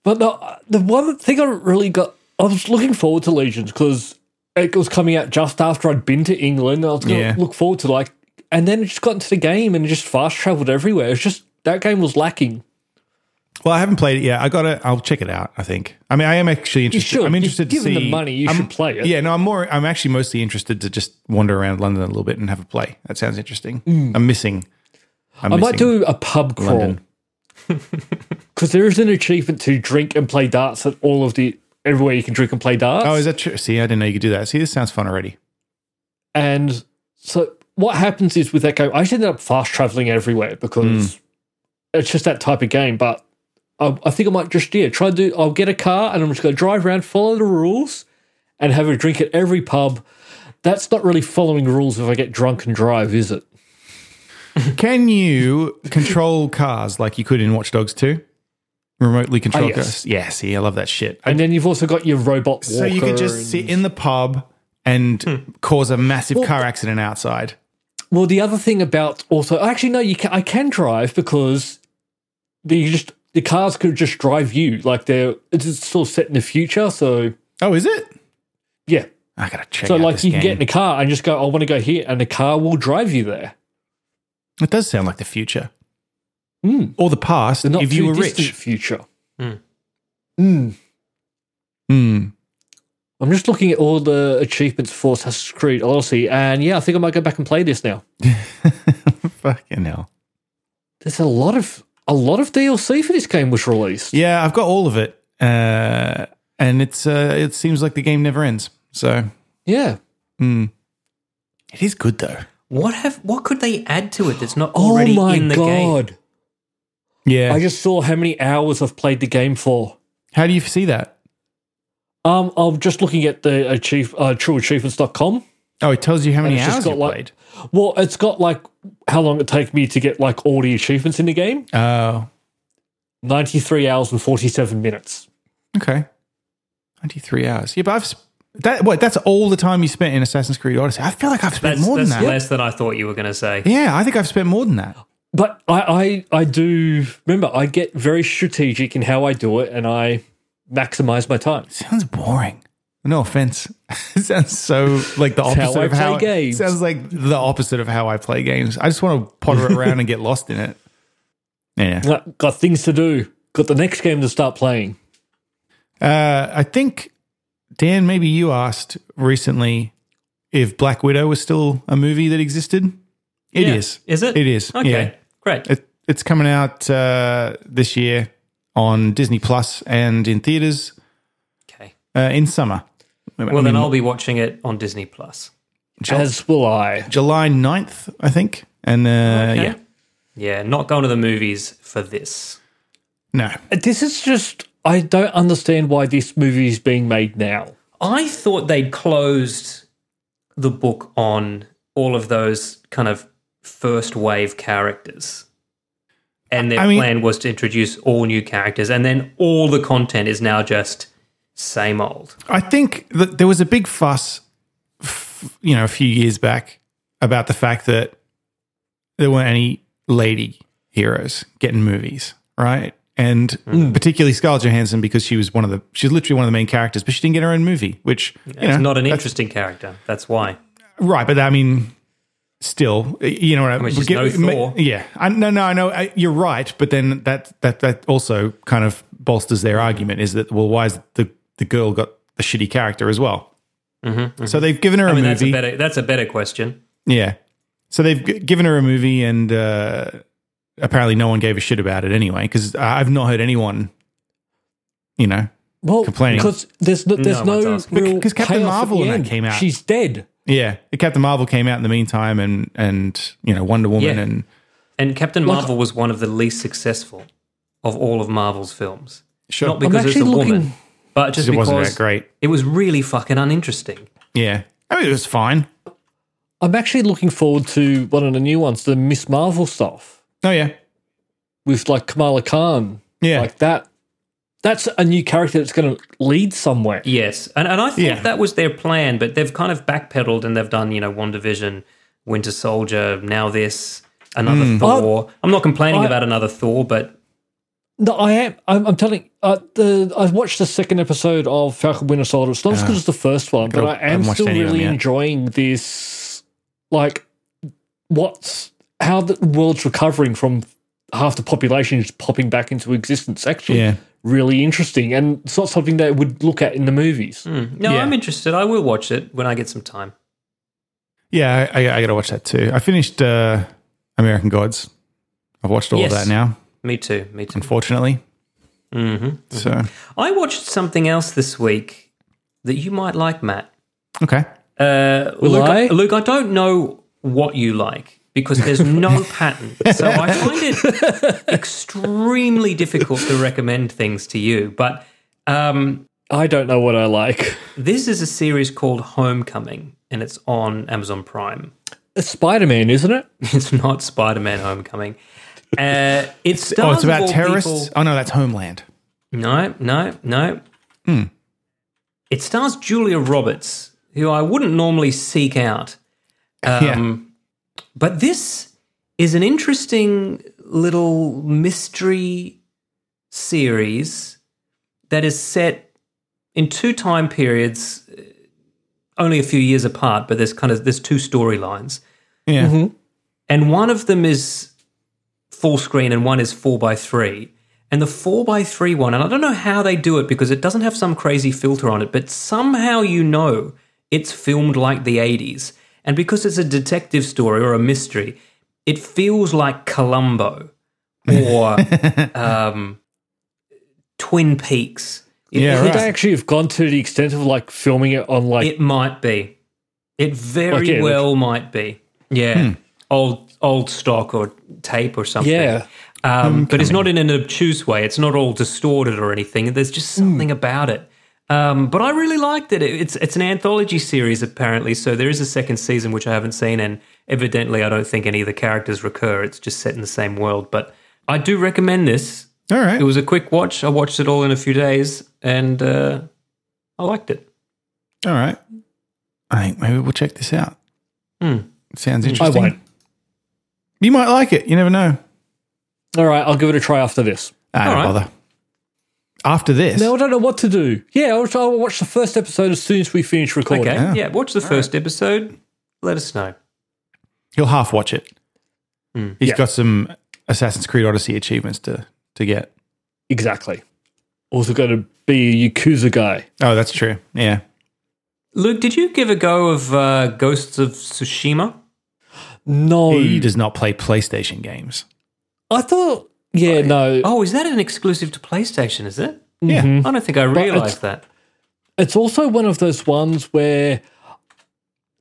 Speaker 1: But the, the one thing I really got, I was looking forward to Legions because it was coming out just after I'd been to England. And I was going to
Speaker 2: Yeah.
Speaker 1: look forward to like, and then it just got into the game and it just fast traveled everywhere. It's just that game was lacking.
Speaker 2: Well, I haven't played it yet. I got to I'll check it out. I think. I mean, I am actually interested.
Speaker 1: should.
Speaker 2: I'm
Speaker 1: You've
Speaker 2: interested to
Speaker 1: given
Speaker 2: see.
Speaker 1: the money, you
Speaker 2: I'm-
Speaker 1: should play it.
Speaker 2: Yeah, no, I'm more. I'm actually mostly interested to just wander around London a little bit and have a play. That sounds interesting. I'm missing. I'm
Speaker 1: Mm. I might
Speaker 2: missing-
Speaker 1: do a pub crawl
Speaker 2: London.
Speaker 1: because there is an achievement to drink and play darts at all of the everywhere you can drink and play darts.
Speaker 2: Oh, is that true? See, I didn't know you could do that. See, this sounds fun already.
Speaker 1: And so what happens is with that game, I just ended up fast traveling everywhere because it's just that type of game. But I, I think I might just yeah try to do. I'll get a car and I'm just going to drive around, follow the rules, and have a drink at every pub. That's not really following rules if I get drunk and drive, is it?
Speaker 2: Can you control cars like you could in Watch Dogs 2? Remotely control
Speaker 1: Ah, yes.
Speaker 2: cars. Yeah, see, I love that shit.
Speaker 1: And then you've also got your robot.
Speaker 2: so you could just
Speaker 1: and, Hmm.
Speaker 2: sit in the pub and cause a massive car accident outside.
Speaker 1: Well, the other thing about also, actually, no, you can, I can drive because the you just the cars could just drive you. Like they're it's still set in the future, so
Speaker 2: Oh, is it?
Speaker 1: yeah.
Speaker 2: I gotta check.
Speaker 1: So
Speaker 2: out
Speaker 1: like
Speaker 2: this
Speaker 1: you can get
Speaker 2: game.
Speaker 1: in a car and just go, I want to go here, and the car will drive you there.
Speaker 2: It does sound like the future. Or the past,
Speaker 1: The not
Speaker 2: if you
Speaker 1: too
Speaker 2: were
Speaker 1: distant
Speaker 2: rich.
Speaker 1: future.
Speaker 3: Mm.
Speaker 1: Mm.
Speaker 2: Hmm.
Speaker 1: I'm just looking at all the achievements for Assassin's Creed Odyssey, and yeah, I think I might go back and play this now.
Speaker 2: Fucking hell.
Speaker 1: There's a lot of a lot of DLC for this game was released.
Speaker 2: Yeah, I've got all of it, uh, and it's uh, it seems like the game never ends. So
Speaker 1: Yeah.
Speaker 2: it is good though.
Speaker 3: What have what could they add to it that's not already
Speaker 1: oh my
Speaker 3: in the game?
Speaker 1: god!
Speaker 2: Yeah.
Speaker 1: I just saw how many hours I've played the game for.
Speaker 2: How do you see that?
Speaker 1: Um, I'm just looking at the achieve, uh, trueachievements.com.
Speaker 2: Oh, it tells you how many
Speaker 1: it's just
Speaker 2: hours
Speaker 1: got
Speaker 2: you
Speaker 1: like-
Speaker 2: played.
Speaker 1: Well, it's got like how long it take me to get like all the achievements in the game.
Speaker 2: Oh,
Speaker 1: 93 hours and 47 minutes.
Speaker 2: okay. Ninety-three hours. Yeah, but I've sp- that. What? That's all the time you spent in Assassin's Creed Odyssey. I feel like I've spent
Speaker 3: That's,
Speaker 2: more
Speaker 3: that's
Speaker 2: than that.
Speaker 3: less than I thought you were going to say.
Speaker 2: Yeah, I think I've spent more than that.
Speaker 1: But I, I, I do remember I get very strategic in how I do it, and I maximize my time.
Speaker 2: Sounds boring. No offense. it sounds so like the opposite
Speaker 1: how I
Speaker 2: of how
Speaker 1: play games.
Speaker 2: sounds like the opposite of how I play games. I just want to potter around and get lost in it. Yeah.
Speaker 1: Got got things to do. Got the next game to start playing.
Speaker 2: Uh, I think Dan, maybe you asked recently if Black Widow was still a movie that existed. It
Speaker 3: Yeah.
Speaker 2: is.
Speaker 3: Is it?
Speaker 2: It is.
Speaker 3: Okay.
Speaker 2: Yeah.
Speaker 3: Great.
Speaker 2: It, it's coming out uh, this year on Disney Plus and in theaters
Speaker 3: okay.
Speaker 2: uh, in summer.
Speaker 3: Well, then I'll be watching it on Disney Plus.
Speaker 1: As will I.
Speaker 2: July 9th, I think. And uh, yeah,
Speaker 3: Yeah, not going to the movies for this.
Speaker 2: no,
Speaker 1: This is just, I don't understand why this movie is being made now.
Speaker 3: I thought they'd closed the book on all of those kind of first wave characters. And their
Speaker 2: I mean-
Speaker 3: plan was to introduce all new characters, and then all the content is now just same old.
Speaker 2: I think that there was a big fuss, f- you know, a few years back about the fact that there weren't any lady heroes getting movies, right? And
Speaker 3: Hmm.
Speaker 2: particularly Scarlett Johansson because she was one of the she's literally one of the main characters, but she didn't get her own movie, which you know,
Speaker 3: It's not an
Speaker 2: that's-
Speaker 3: interesting character. That's why.
Speaker 2: right? But I mean, still, you know what I
Speaker 3: mean, she's
Speaker 2: get-
Speaker 3: no
Speaker 2: ma-
Speaker 3: Thor.
Speaker 2: Yeah, I, no, no, I know I, you're right, but then that that that also kind of bolsters their argument is that well, why is the the girl got a shitty character as well? So they've given her a
Speaker 3: Mm-hmm, I mean, that's
Speaker 2: movie.
Speaker 3: a better that's a better question.
Speaker 2: yeah, so they've g- given her a movie, and uh, apparently no one gave a shit about it anyway because I've not heard anyone, you know.
Speaker 1: Well,
Speaker 2: Complaining.
Speaker 1: because there's no, there's
Speaker 3: No one's
Speaker 1: no,
Speaker 3: asking.
Speaker 1: real
Speaker 2: Because Captain
Speaker 1: payoff at
Speaker 2: Marvel
Speaker 1: the
Speaker 2: and that
Speaker 1: end.
Speaker 2: came out.
Speaker 1: She's dead.
Speaker 2: Yeah, Captain Marvel came out in the meantime, and and you know Wonder Woman
Speaker 3: Yeah.
Speaker 2: and
Speaker 3: And Captain Marvel was one of the least successful of all of Marvel's films.
Speaker 2: sure,
Speaker 3: Not because it's a
Speaker 1: actually
Speaker 3: woman,
Speaker 1: looking-
Speaker 3: but just
Speaker 2: it wasn't
Speaker 3: because
Speaker 2: that great.
Speaker 3: it was really fucking uninteresting.
Speaker 2: Yeah, I mean it was fine.
Speaker 1: I'm actually looking forward to one of the new ones, the Miss Marvel stuff
Speaker 2: Oh yeah,
Speaker 1: with like Kamala Khan.
Speaker 2: yeah.
Speaker 1: Like that. That's a new character that's going to lead somewhere.
Speaker 3: Yes, and and I thought
Speaker 2: Yeah.
Speaker 3: that was their plan, but they've kind of backpedaled and they've done you know One Division, Winter Soldier, now this, another
Speaker 2: Hmm.
Speaker 3: Thor. I'm not complaining
Speaker 1: I-
Speaker 3: about another Thor, but
Speaker 1: No, I am. I'm, I'm telling. Uh, the I've watched the second episode of Falcon Winter Soldier. It's not as good as the first one, but
Speaker 2: I
Speaker 1: I am
Speaker 2: haven't watched
Speaker 1: still
Speaker 2: any of them
Speaker 1: really
Speaker 2: yet.
Speaker 1: enjoying this. Like, what's how the world's recovering from half the population just popping back into existence? Actually,
Speaker 2: Yeah.
Speaker 1: really interesting, and it's not something they would look at in the movies.
Speaker 3: no,
Speaker 2: Yeah.
Speaker 3: I'm interested. I will watch it when I get some time.
Speaker 2: Yeah, I, I, I got to watch that too. I finished uh, American Gods. I've watched all
Speaker 3: Yes.
Speaker 2: of that now,
Speaker 3: Me too. Me too.
Speaker 2: unfortunately. Mm-hmm. So
Speaker 3: I watched something else this week that you might like, Matt.
Speaker 2: okay,
Speaker 3: Uh, Luke,
Speaker 1: I?
Speaker 3: Luke, I don't know what you like because there's no pattern. So I find it extremely difficult to recommend things to you. But um,
Speaker 1: I don't know what I like.
Speaker 3: this is a series called Homecoming, and it's on Amazon Prime.
Speaker 1: It's Spider Man, isn't it?
Speaker 3: It's not Spider Man Homecoming. Uh, it stars
Speaker 2: oh, it's
Speaker 3: of
Speaker 2: about
Speaker 3: all
Speaker 2: terrorists.
Speaker 3: people-
Speaker 2: Oh no, that's Homeland.
Speaker 3: No, no, no. It stars Julia Roberts, who I wouldn't normally seek out. Um, But this is an interesting little mystery series that is set in two time periods, uh, only a few years apart. But there's kind of there's two storylines,
Speaker 2: Yeah.
Speaker 3: and one of them is full screen, and one is four by three. And the four by three one, and I don't know how they do it because it doesn't have some crazy filter on it, but somehow you know it's filmed like the '80s, and because it's a detective story or a mystery, it feels like Columbo or um, Twin Peaks. It-
Speaker 1: I
Speaker 2: Yeah,
Speaker 3: it-
Speaker 1: think they actually have gone to the extent of like filming it on like
Speaker 3: it might be. It very
Speaker 1: Okay, Hmm.
Speaker 3: well might be. Yeah. Old old stock or tape or something.
Speaker 1: Yeah. Hmm,
Speaker 3: Um, but it's not in an obtuse way. It's not all distorted or anything. There's just
Speaker 1: Hmm.
Speaker 3: something about it. Um, but I really liked it. It- It's it's an anthology series apparently. So there is a second season which I haven't seen, and evidently I don't think any of the characters recur. It's just set in the same world. But I do recommend this.
Speaker 2: All right.
Speaker 3: It was a quick watch. I watched it all in a few days, and uh, I liked it.
Speaker 2: All right. I think maybe we'll check this out.
Speaker 3: Hmm.
Speaker 2: Sounds
Speaker 1: I
Speaker 2: interesting.
Speaker 1: won't.
Speaker 2: You might like it. You never know.
Speaker 1: All right, I'll give it a try after this.
Speaker 2: I don't
Speaker 3: right.
Speaker 2: bother. After this,
Speaker 1: Now I don't know what to do. Yeah, I'll, I'll watch the first episode as soon as we finish recording.
Speaker 3: Okay, yeah. Watch the first episode. Let us know.
Speaker 2: he'll half watch it.
Speaker 3: Hmm.
Speaker 2: He's
Speaker 1: Yeah.
Speaker 2: got some Assassin's Creed Odyssey achievements to to get.
Speaker 1: Exactly. Also got to be a yakuza guy.
Speaker 2: Oh, that's true. Yeah.
Speaker 3: Luke, did you give a go of uh, Ghosts of Tsushima?
Speaker 1: No,
Speaker 2: He does not play PlayStation games.
Speaker 1: I thought. Yeah, no.
Speaker 3: Oh, is that an exclusive to PlayStation? Is it? Mm-hmm.
Speaker 2: Yeah.
Speaker 3: I don't think I realized that.
Speaker 1: It's also one of those ones where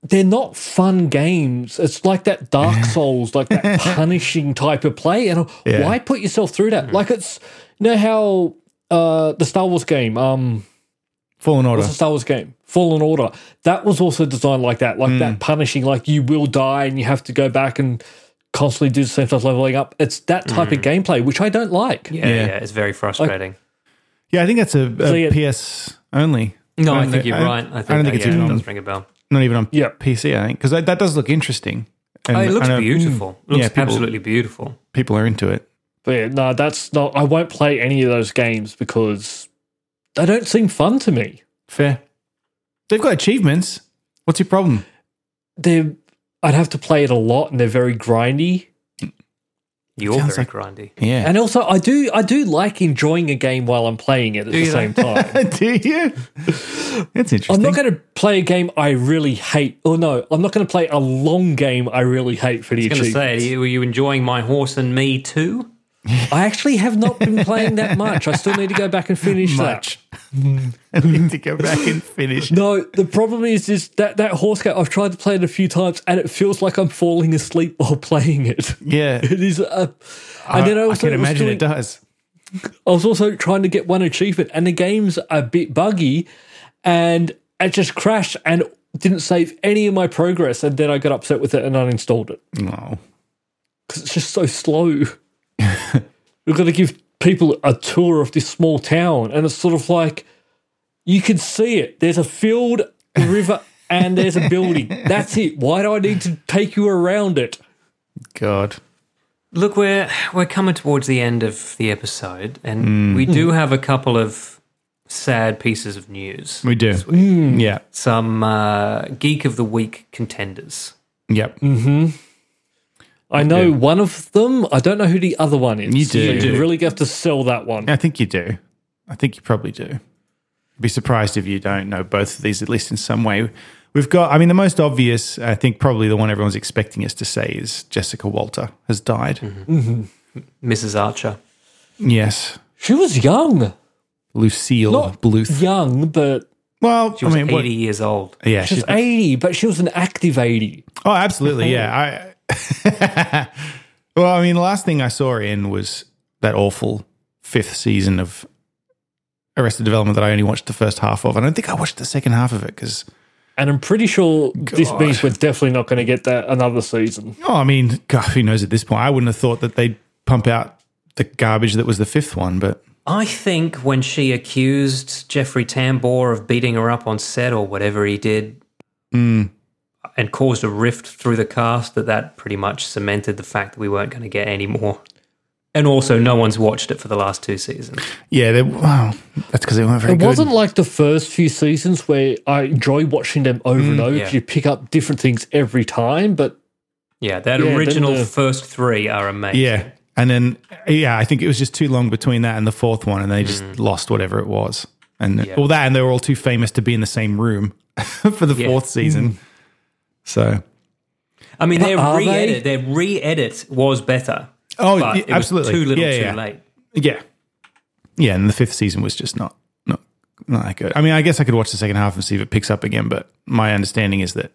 Speaker 1: they're not fun games. It's like that Dark Souls, like that punishing type of play. And
Speaker 2: Yeah.
Speaker 1: why put yourself through that? Like it's you know how uh the Star Wars game, um
Speaker 2: Fallen Order.
Speaker 1: what's the Star Wars game? Fallen Order. That was also designed like that, like
Speaker 3: Hmm.
Speaker 1: that punishing, like you will die and you have to go back and constantly do the same stuff leveling up. It's that type
Speaker 3: Hmm.
Speaker 1: of gameplay, which I don't like.
Speaker 3: Yeah, yeah, it's very frustrating.
Speaker 2: Yeah, I think that's a, a
Speaker 1: So, yeah.
Speaker 2: PS only.
Speaker 3: no, I
Speaker 2: don't
Speaker 3: think
Speaker 2: thi-
Speaker 3: you're right. I think,
Speaker 2: don't
Speaker 3: that,
Speaker 2: think it's
Speaker 3: yeah,
Speaker 2: even
Speaker 3: it
Speaker 2: on,
Speaker 3: does ring a bell.
Speaker 2: not even on
Speaker 1: Yeah.
Speaker 2: PC. I think because that, that does look interesting. And
Speaker 3: Oh, it looks
Speaker 2: I know
Speaker 3: beautiful. It looks
Speaker 2: Yeah, people-
Speaker 3: absolutely beautiful.
Speaker 2: People are into it.
Speaker 1: But yeah, no, that's not I won't play any of those games because they don't seem fun to me.
Speaker 2: Fair. They've got achievements. What's your problem?
Speaker 1: they're I'd have to play it a lot and they're very grindy.
Speaker 3: You're
Speaker 2: Sounds
Speaker 3: very
Speaker 2: like-
Speaker 3: grindy.
Speaker 2: Yeah.
Speaker 1: And also I do I do like enjoying a game while I'm playing it at the
Speaker 3: you
Speaker 1: same time.
Speaker 2: Do you? That's interesting.
Speaker 1: I'm not going to play a game I really hate. Or no, I'm not going to play a long game I really hate for the
Speaker 3: I was going to
Speaker 1: achievement.
Speaker 3: say, you- were you enjoying My Horse and Me too?
Speaker 1: I actually have not been playing that much. I still need to go back and finish that.
Speaker 2: much. I need to go back and finish.
Speaker 1: No, the problem is is that that horse game. I've tried to play it a few times, and it feels like I'm falling asleep while playing it.
Speaker 2: Yeah.
Speaker 1: It is a,
Speaker 2: I,
Speaker 1: and then I
Speaker 2: I
Speaker 1: also
Speaker 2: can
Speaker 1: it was
Speaker 2: imagine
Speaker 1: doing-
Speaker 2: it does.
Speaker 1: I was also trying to get one achievement, and the game's a bit buggy, and it just crashed and didn't save any of my progress. And then I got upset with it and uninstalled it
Speaker 2: No.
Speaker 1: because it's just so slow. We've got to give people a tour of this small town, and it's sort of like you can see it. There's a field, a river, and there's a building. That's it. Why do I need to take you around it?
Speaker 2: God.
Speaker 3: Look, we're we're coming towards the end of the episode, and
Speaker 2: Mm.
Speaker 3: we do have a couple of sad pieces of news.
Speaker 2: We do. Yeah.
Speaker 3: some uh, geek of the week contenders.
Speaker 2: Yep.
Speaker 1: I know one of them. I don't know who the other one is.
Speaker 2: You do. You
Speaker 1: So
Speaker 2: do.
Speaker 1: you really have to sell that one.
Speaker 2: I think you do. I think you probably do. I'd be surprised if you don't know both of these, at least in some way. We've got, I mean, the most obvious, I think probably the one everyone's expecting us to say is Jessica Walter has died.
Speaker 3: Mrs. Archer.
Speaker 2: Yes.
Speaker 1: She was young.
Speaker 2: Lucille
Speaker 1: Not
Speaker 2: Oh, Bluth.
Speaker 1: Young, but
Speaker 2: Well,
Speaker 3: She was
Speaker 2: I mean,
Speaker 3: 80
Speaker 2: what,
Speaker 3: years old.
Speaker 2: yeah,
Speaker 1: she's
Speaker 2: she's
Speaker 1: 80, but she was an active 80.
Speaker 2: Oh, absolutely. Yeah. I Well, I mean, the last thing I saw her in was that awful fifth season of Arrested Development that I only watched the first half of. I don't think I watched the second half of it because,
Speaker 1: And I'm pretty sure this means we're definitely not going to get that another season.
Speaker 2: oh, I mean, God, who knows at this point? I wouldn't have thought that they'd pump out the garbage that was the fifth one, but
Speaker 3: I think when she
Speaker 2: Mm.
Speaker 3: accused Jeffrey Tambor of beating her up on set or whatever he did, and caused a rift through the cast that that pretty much cemented the fact that we weren't going to get any more. And also, no one's watched it for the last two seasons.
Speaker 2: Yeah, they, wow, that's because they weren't very
Speaker 1: It
Speaker 2: good.
Speaker 1: wasn't like the first few seasons where I enjoy watching them over and over. 'cause
Speaker 3: yeah.
Speaker 1: You pick up different things every time, but
Speaker 3: Yeah, that
Speaker 1: Yeah, then
Speaker 3: original
Speaker 1: the-
Speaker 3: first three are amazing.
Speaker 2: yeah, and then yeah, I think it was just too long between that and the fourth one, and they just
Speaker 3: Mm.
Speaker 2: lost whatever it was. And all that, and they were all too famous to be in the same room for the
Speaker 3: Yeah.
Speaker 2: fourth season.
Speaker 1: Mm.
Speaker 2: So,
Speaker 3: I mean, their
Speaker 1: are they?
Speaker 3: re-edit, their re-edit was better.
Speaker 2: oh,
Speaker 3: but
Speaker 2: yeah,
Speaker 3: it was
Speaker 2: absolutely,
Speaker 3: too little,
Speaker 2: yeah,
Speaker 3: too
Speaker 2: yeah.
Speaker 3: late.
Speaker 2: Yeah. Yeah, and the fifth season was just not not not that good. I mean, I guess I could watch the second half and see if it picks up again, but my understanding is that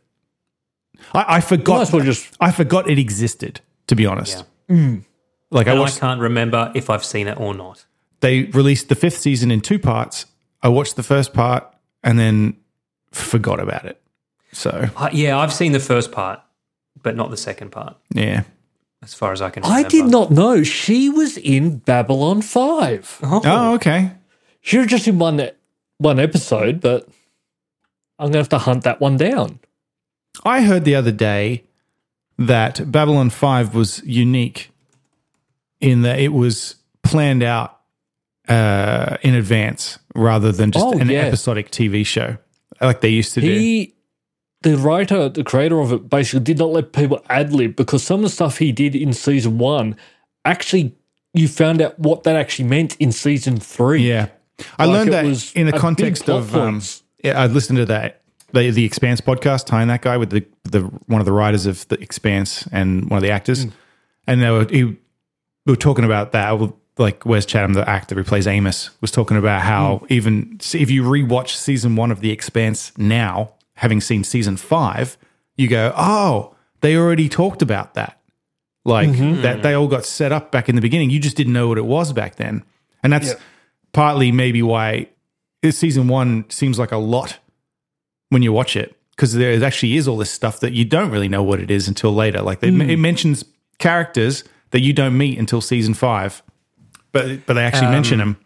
Speaker 2: I, I
Speaker 1: you might
Speaker 2: forgot
Speaker 1: as well just
Speaker 2: I forgot it existed, to be honest. Like I
Speaker 3: And I
Speaker 2: watched
Speaker 3: can't remember if I've seen it or not.
Speaker 2: they released the fifth season in two parts. I watched the first part and then forgot about it. So
Speaker 3: I, yeah, I've seen the first part, but not the second part,
Speaker 2: yeah.
Speaker 3: as far as I can.
Speaker 1: I
Speaker 3: remember.
Speaker 1: did not know she was in Babylon Five.
Speaker 2: Oh, okay.
Speaker 1: She was just in one e, one episode, but I'm gonna have to hunt that one down.
Speaker 2: I heard the other day that Babylon 5 was unique in that it was planned out uh, in advance rather than just
Speaker 1: Oh,
Speaker 2: an
Speaker 1: yeah.
Speaker 2: episodic TV show like they used to do.
Speaker 1: He, the writer, the creator of it, basically did not let people ad lib because some of the stuff he did in season one actually. You found out what that actually meant in season three.
Speaker 2: Yeah. I
Speaker 1: Like
Speaker 2: learned
Speaker 1: it
Speaker 2: that
Speaker 1: was
Speaker 2: in
Speaker 1: a
Speaker 2: the
Speaker 1: big
Speaker 2: context
Speaker 1: plot
Speaker 2: of um,
Speaker 1: points.
Speaker 2: yeah, I listened to that the, the Expanse podcast, tying that guy with the, the one of the writers of the Expanse and one of the actors,
Speaker 1: Mm.
Speaker 2: and they were he, we were talking about that. Like Wes Chatham, the actor who plays Amos, was talking about how
Speaker 1: Mm.
Speaker 2: even s- if you rewatch season one of the Expanse now, having seen season five, you go, oh, they already talked about that. Like
Speaker 1: Mm-hmm.
Speaker 2: that they all got set up back in the beginning. You just didn't know what it was back then. And that's partly maybe why this season one seems like a lot when you watch it because there actually is all this stuff that you don't really know what it is until later. Like they, it mentions characters that you don't meet until season five, but but they actually mention them.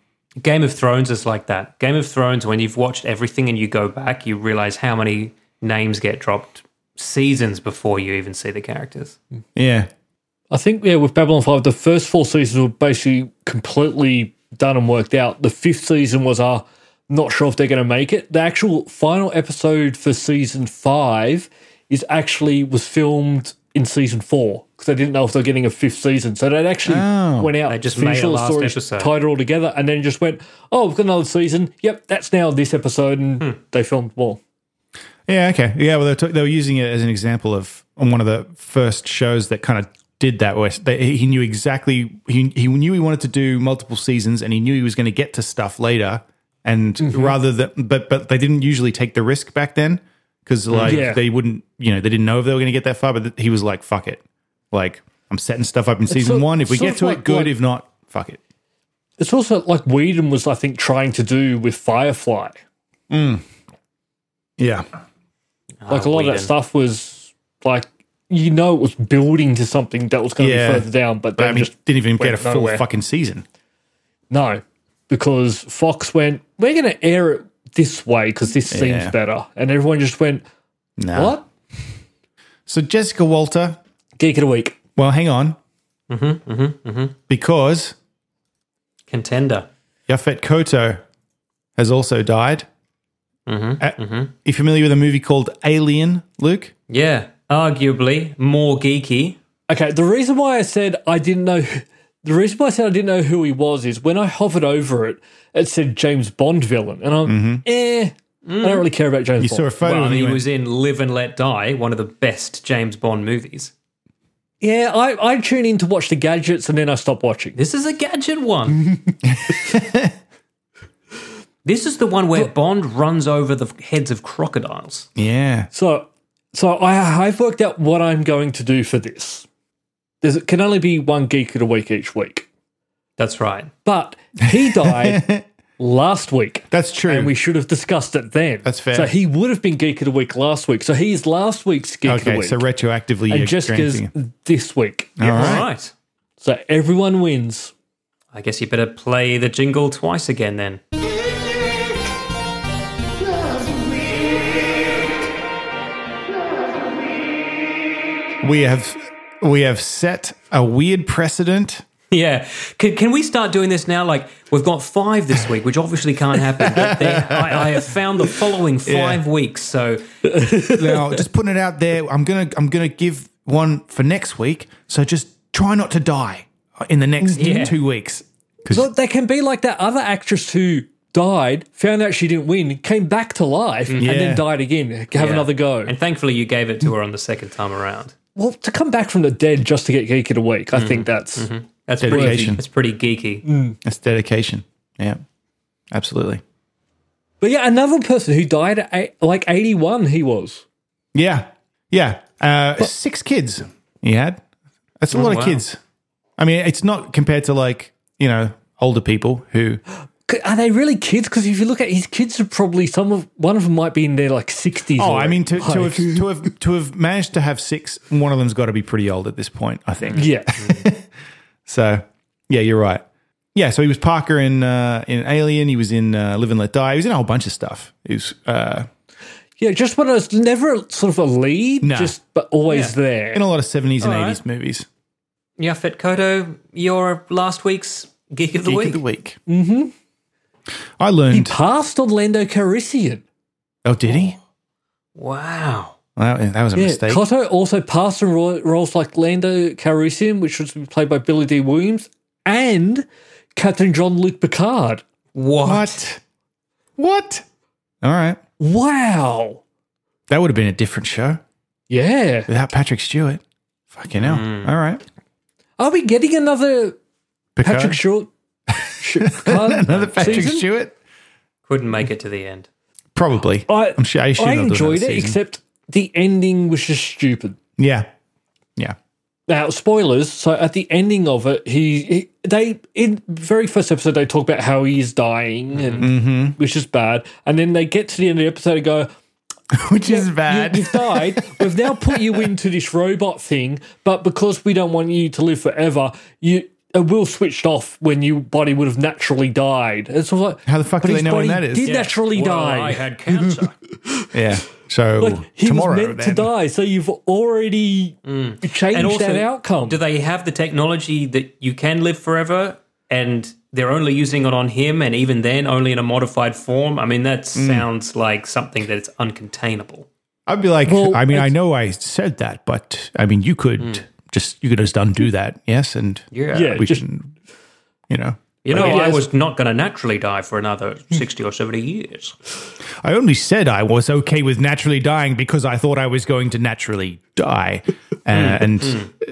Speaker 3: Game of Thrones is like that. Game of Thrones, when you've watched everything and you go back, you realize how many names get dropped seasons before you even see the characters.
Speaker 2: Yeah,
Speaker 1: I think yeah, with Babylon Five, the first four seasons were basically completely done and worked out. The fifth season was uh not sure if they're going to make it. The actual final episode for season five is actually was filmed in season four because they didn't know if they're getting a fifth season, so they actually went out
Speaker 3: They just
Speaker 1: finished
Speaker 3: made a
Speaker 1: all the
Speaker 3: last
Speaker 1: stories,
Speaker 3: episode.
Speaker 1: tied it all together, and then just went, "Oh, we've got another season. Yep, that's now this episode," and
Speaker 3: Hmm.
Speaker 1: they filmed more.
Speaker 2: yeah, okay, yeah. Well, they were, t- they were using it as an example of on one of the first shows that kind of did that. Where they, he knew exactly he he knew he wanted to do multiple seasons, and he knew he was going to get to stuff later. And
Speaker 1: Mm-hmm.
Speaker 2: rather than but but they didn't usually take the risk back then because like
Speaker 1: Mm, Yeah.
Speaker 2: they wouldn't you know they didn't know if they were going to get that far. But th- he was like, fuck it, like I'm setting stuff up in season
Speaker 1: sort-
Speaker 2: one. If we
Speaker 1: sort
Speaker 2: get
Speaker 1: of
Speaker 2: to it,
Speaker 1: like-
Speaker 2: good.
Speaker 1: like-
Speaker 2: if not, fuck it.
Speaker 1: It's also like Whedon was, I think, trying to do with Firefly.
Speaker 2: Yeah,
Speaker 1: like a lot of
Speaker 3: Whedon.
Speaker 1: that stuff was like you know it was building to something that was going to
Speaker 2: Yeah.
Speaker 1: be further down, but
Speaker 2: but
Speaker 1: they
Speaker 2: I mean,
Speaker 1: just
Speaker 2: didn't even get a
Speaker 1: went
Speaker 2: full
Speaker 1: nowhere.
Speaker 2: fucking season.
Speaker 1: no because Fox went we're going to air it this way because this
Speaker 2: Yeah.
Speaker 1: seems better, and everyone just went
Speaker 2: No.
Speaker 1: what
Speaker 2: So Jessica Walter
Speaker 1: geek of the week.
Speaker 2: Well, hang on. Mm-hmm, mm-hmm, mm-hmm. Because
Speaker 3: Contender.
Speaker 2: Yafet Koto has also died. Mm-hmm, You familiar with a movie called Alien, Luke?
Speaker 3: Yeah, arguably more geeky.
Speaker 1: Okay, the reason why I said I didn't know. The reason why I said I didn't know who he was is when I hovered over it, it said James Bond villain, and I'm eh, I don't really care about James
Speaker 2: Mm-hmm. You
Speaker 1: Bond.
Speaker 2: saw a photo
Speaker 3: Well,
Speaker 2: of him.
Speaker 3: he
Speaker 2: and
Speaker 3: was in Live and Let Die, one of the best James Bond movies.
Speaker 1: yeah, I, I tune in to watch the gadgets and then I stop watching.
Speaker 3: This is a gadget one. this is the one where Bond runs over the heads of crocodiles.
Speaker 2: went- yeah.
Speaker 1: So, so I, I've worked out what I'm going to do for this. There can only be one geek of the week each week,
Speaker 3: That's right.
Speaker 1: but he died last week,
Speaker 2: That's true.
Speaker 1: and we should have discussed it then.
Speaker 2: That's fair.
Speaker 1: So he would have been geek of the week last week. So he is last week's geek of the
Speaker 2: okay,
Speaker 1: week,
Speaker 2: so retroactively,
Speaker 1: and
Speaker 2: you're
Speaker 1: Jessica's
Speaker 2: granting it.
Speaker 1: this week.
Speaker 2: All
Speaker 3: All
Speaker 2: right.
Speaker 3: right.
Speaker 1: So everyone wins.
Speaker 3: I guess you better play the jingle twice again then.
Speaker 5: Love week. Love week.
Speaker 2: We have we have set a weird precedent.
Speaker 3: Yeah. Can, can we start doing this now? Like, we've got five this week, which obviously can't happen. But they, I, I have found the following five weeks. So,
Speaker 2: Now, just putting it out there, I'm gonna I'm gonna give one for next week. So just try not to die in the next
Speaker 3: Yeah.
Speaker 2: two weeks.
Speaker 1: Look, they can be like that other actress who died, found out she didn't win, came back to life, and
Speaker 2: Yeah.
Speaker 1: then died again. Have another go.
Speaker 3: And thankfully, you gave it to her on the second time around.
Speaker 1: well, to come back from the dead just to get Geek of the Week, I think that's.
Speaker 3: That's
Speaker 2: Dedication. Mm.
Speaker 3: pretty. That's pretty geeky.
Speaker 2: That's dedication. Yeah, absolutely.
Speaker 1: But yeah, another person who died at eight, like 81, he was.
Speaker 2: Yeah, yeah. Uh, six kids he had. That's a lot
Speaker 3: Oh, wow.
Speaker 2: of kids. I mean, it's not compared to like you know older people who
Speaker 1: C- Are they really kids? Because if you look at his kids, are probably some of one of them might be in their like 60s.
Speaker 2: Oh,
Speaker 1: or-
Speaker 2: I mean, to, to,
Speaker 1: like-
Speaker 2: have, to have to have managed to have six, one of them's got to be pretty old at this point, I think.
Speaker 1: yeah.
Speaker 2: Mm. So, yeah, you're right. Yeah, so he was Parker in uh, in Alien. He was in uh, Live and Let Die. He was in a whole bunch of stuff. He was uh,
Speaker 1: Yeah, just one of those, never sort of a lead,
Speaker 2: No.
Speaker 1: just but always there.
Speaker 2: in a lot of seventies and
Speaker 3: All right.
Speaker 2: eighties movies.
Speaker 3: Yeah, Koto, your last week's geek of the
Speaker 2: Geek
Speaker 3: week. Mm-hmm.
Speaker 2: of the week. Mm-hmm. I learned.
Speaker 1: Past Orlando Carissian.
Speaker 2: oh, did he?
Speaker 3: Wow.
Speaker 2: That, that was a
Speaker 1: Yeah,
Speaker 2: mistake.
Speaker 1: Cotto also passed in ro- roles like Lando Calrissian, which was played by Billy D. Williams, and Captain John Luke Picard.
Speaker 3: What?
Speaker 2: what? What? All right.
Speaker 1: Wow.
Speaker 2: That would have been a different show
Speaker 1: Yeah.
Speaker 2: without Patrick Stewart. Fucking hell.
Speaker 1: Mm.
Speaker 2: All right.
Speaker 1: Are we getting another
Speaker 2: Picard.
Speaker 1: Patrick Short? Sh- Picard
Speaker 2: Another Patrick
Speaker 1: season?
Speaker 2: Stewart.
Speaker 3: Couldn't make it to the end.
Speaker 2: Probably.
Speaker 1: I,
Speaker 2: I'm sure. I, assume
Speaker 1: I
Speaker 2: they'll do
Speaker 1: enjoyed it,
Speaker 2: another season.
Speaker 1: except the ending was just stupid.
Speaker 2: yeah, yeah,
Speaker 1: Now, spoilers. So at the ending of it, he, he they in very first episode they talk about how he's dying and
Speaker 2: Mm-hmm.
Speaker 1: which is bad, and then they get to the end of the episode and go,
Speaker 2: which is
Speaker 1: You, have died. We've now put you into this robot thing, but because we don't want you to live forever, you it will switched off when your body would have naturally died. It's sort of like
Speaker 2: How the fuck
Speaker 1: but
Speaker 2: do they
Speaker 1: his
Speaker 2: know
Speaker 1: body
Speaker 2: when that is?
Speaker 1: Did
Speaker 2: Yeah.
Speaker 1: naturally
Speaker 3: Well,
Speaker 1: die.
Speaker 3: I had cancer.
Speaker 2: yeah. So
Speaker 1: like he
Speaker 2: tomorrow,
Speaker 1: was meant to
Speaker 2: then.
Speaker 1: die, so you've already changed
Speaker 3: Mm. and also,
Speaker 1: that outcome.
Speaker 3: do they have the technology that you can live forever? And they're only using it on him, and even then, only in a modified form. I mean, that
Speaker 2: Mm.
Speaker 3: sounds like something that's uncontainable.
Speaker 2: I'd be like,
Speaker 1: Well,
Speaker 2: I mean, I
Speaker 1: it's-
Speaker 2: know I said that, but I mean, you could
Speaker 1: Mm.
Speaker 2: just you could just undo that, yes, and
Speaker 3: Yeah.
Speaker 1: yeah,
Speaker 2: we
Speaker 1: just
Speaker 2: can, you know,
Speaker 3: You know,
Speaker 1: Like,
Speaker 3: I
Speaker 1: yes.
Speaker 3: was not going to naturally die for another
Speaker 2: Hmm.
Speaker 3: 60 or 70 years.
Speaker 2: I only said I was okay with naturally dying because I thought I was going to naturally die, uh, and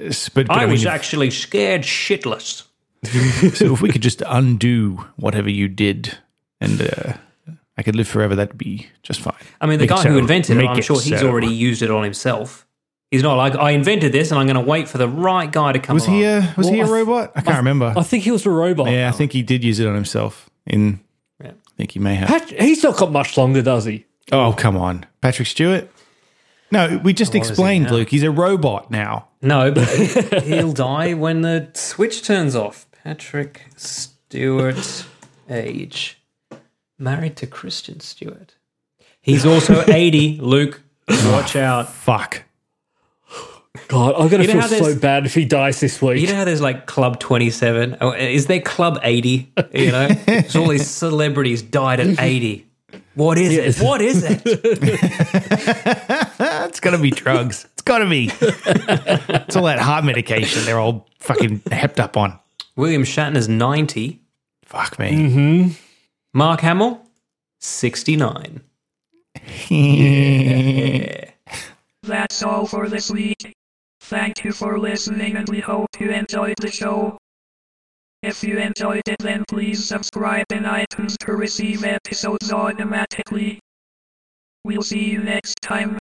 Speaker 2: s- but, but
Speaker 3: Hmm. I
Speaker 2: mean,
Speaker 3: was
Speaker 2: if-
Speaker 3: actually scared shitless.
Speaker 2: so if we could just undo whatever you did, and uh, I could live forever, that'd be just fine.
Speaker 3: I mean, the
Speaker 2: Make it
Speaker 3: guy
Speaker 2: so.
Speaker 3: who invented it,
Speaker 2: Make
Speaker 3: I'm sure he's
Speaker 2: so.
Speaker 3: already used it on himself. He's not like, I invented this and I'm going to wait for the right guy to come
Speaker 2: Was
Speaker 3: along.
Speaker 2: he a was he a
Speaker 1: Well, I th-
Speaker 2: robot? I can't remember.
Speaker 1: I think he was a robot.
Speaker 2: yeah, I think he did use it on himself. In
Speaker 3: Yeah.
Speaker 2: I think he may have.
Speaker 1: Pat- He's not got much longer, does he?
Speaker 2: Oh come on, Patrick Stewart. No, we just explained, Luke. He's a robot now.
Speaker 3: No, but he'll die when the switch turns off. Patrick Stewart age. Married to Christian Stewart. He's also 80, Luke. Watch out.
Speaker 2: Fuck.
Speaker 1: God, I'm gonna
Speaker 3: You know how
Speaker 1: feel so
Speaker 3: there's-
Speaker 1: bad if he dies this week.
Speaker 3: You know how there's like Club 27? Oh, is there Club 80? You know? There's all these celebrities died at 80. What is it? What is it?
Speaker 2: That's gotta be drugs. It's gotta be. it's all that heart medication they're all fucking hepped up on.
Speaker 3: William Shatner's 90.
Speaker 2: Fuck me.
Speaker 3: Mark Hamill, 69.
Speaker 5: That's all for this week. Thank you for listening and we hope you enjoyed the show. If you enjoyed it then please subscribe in iTunes to receive episodes automatically. We'll see you next time.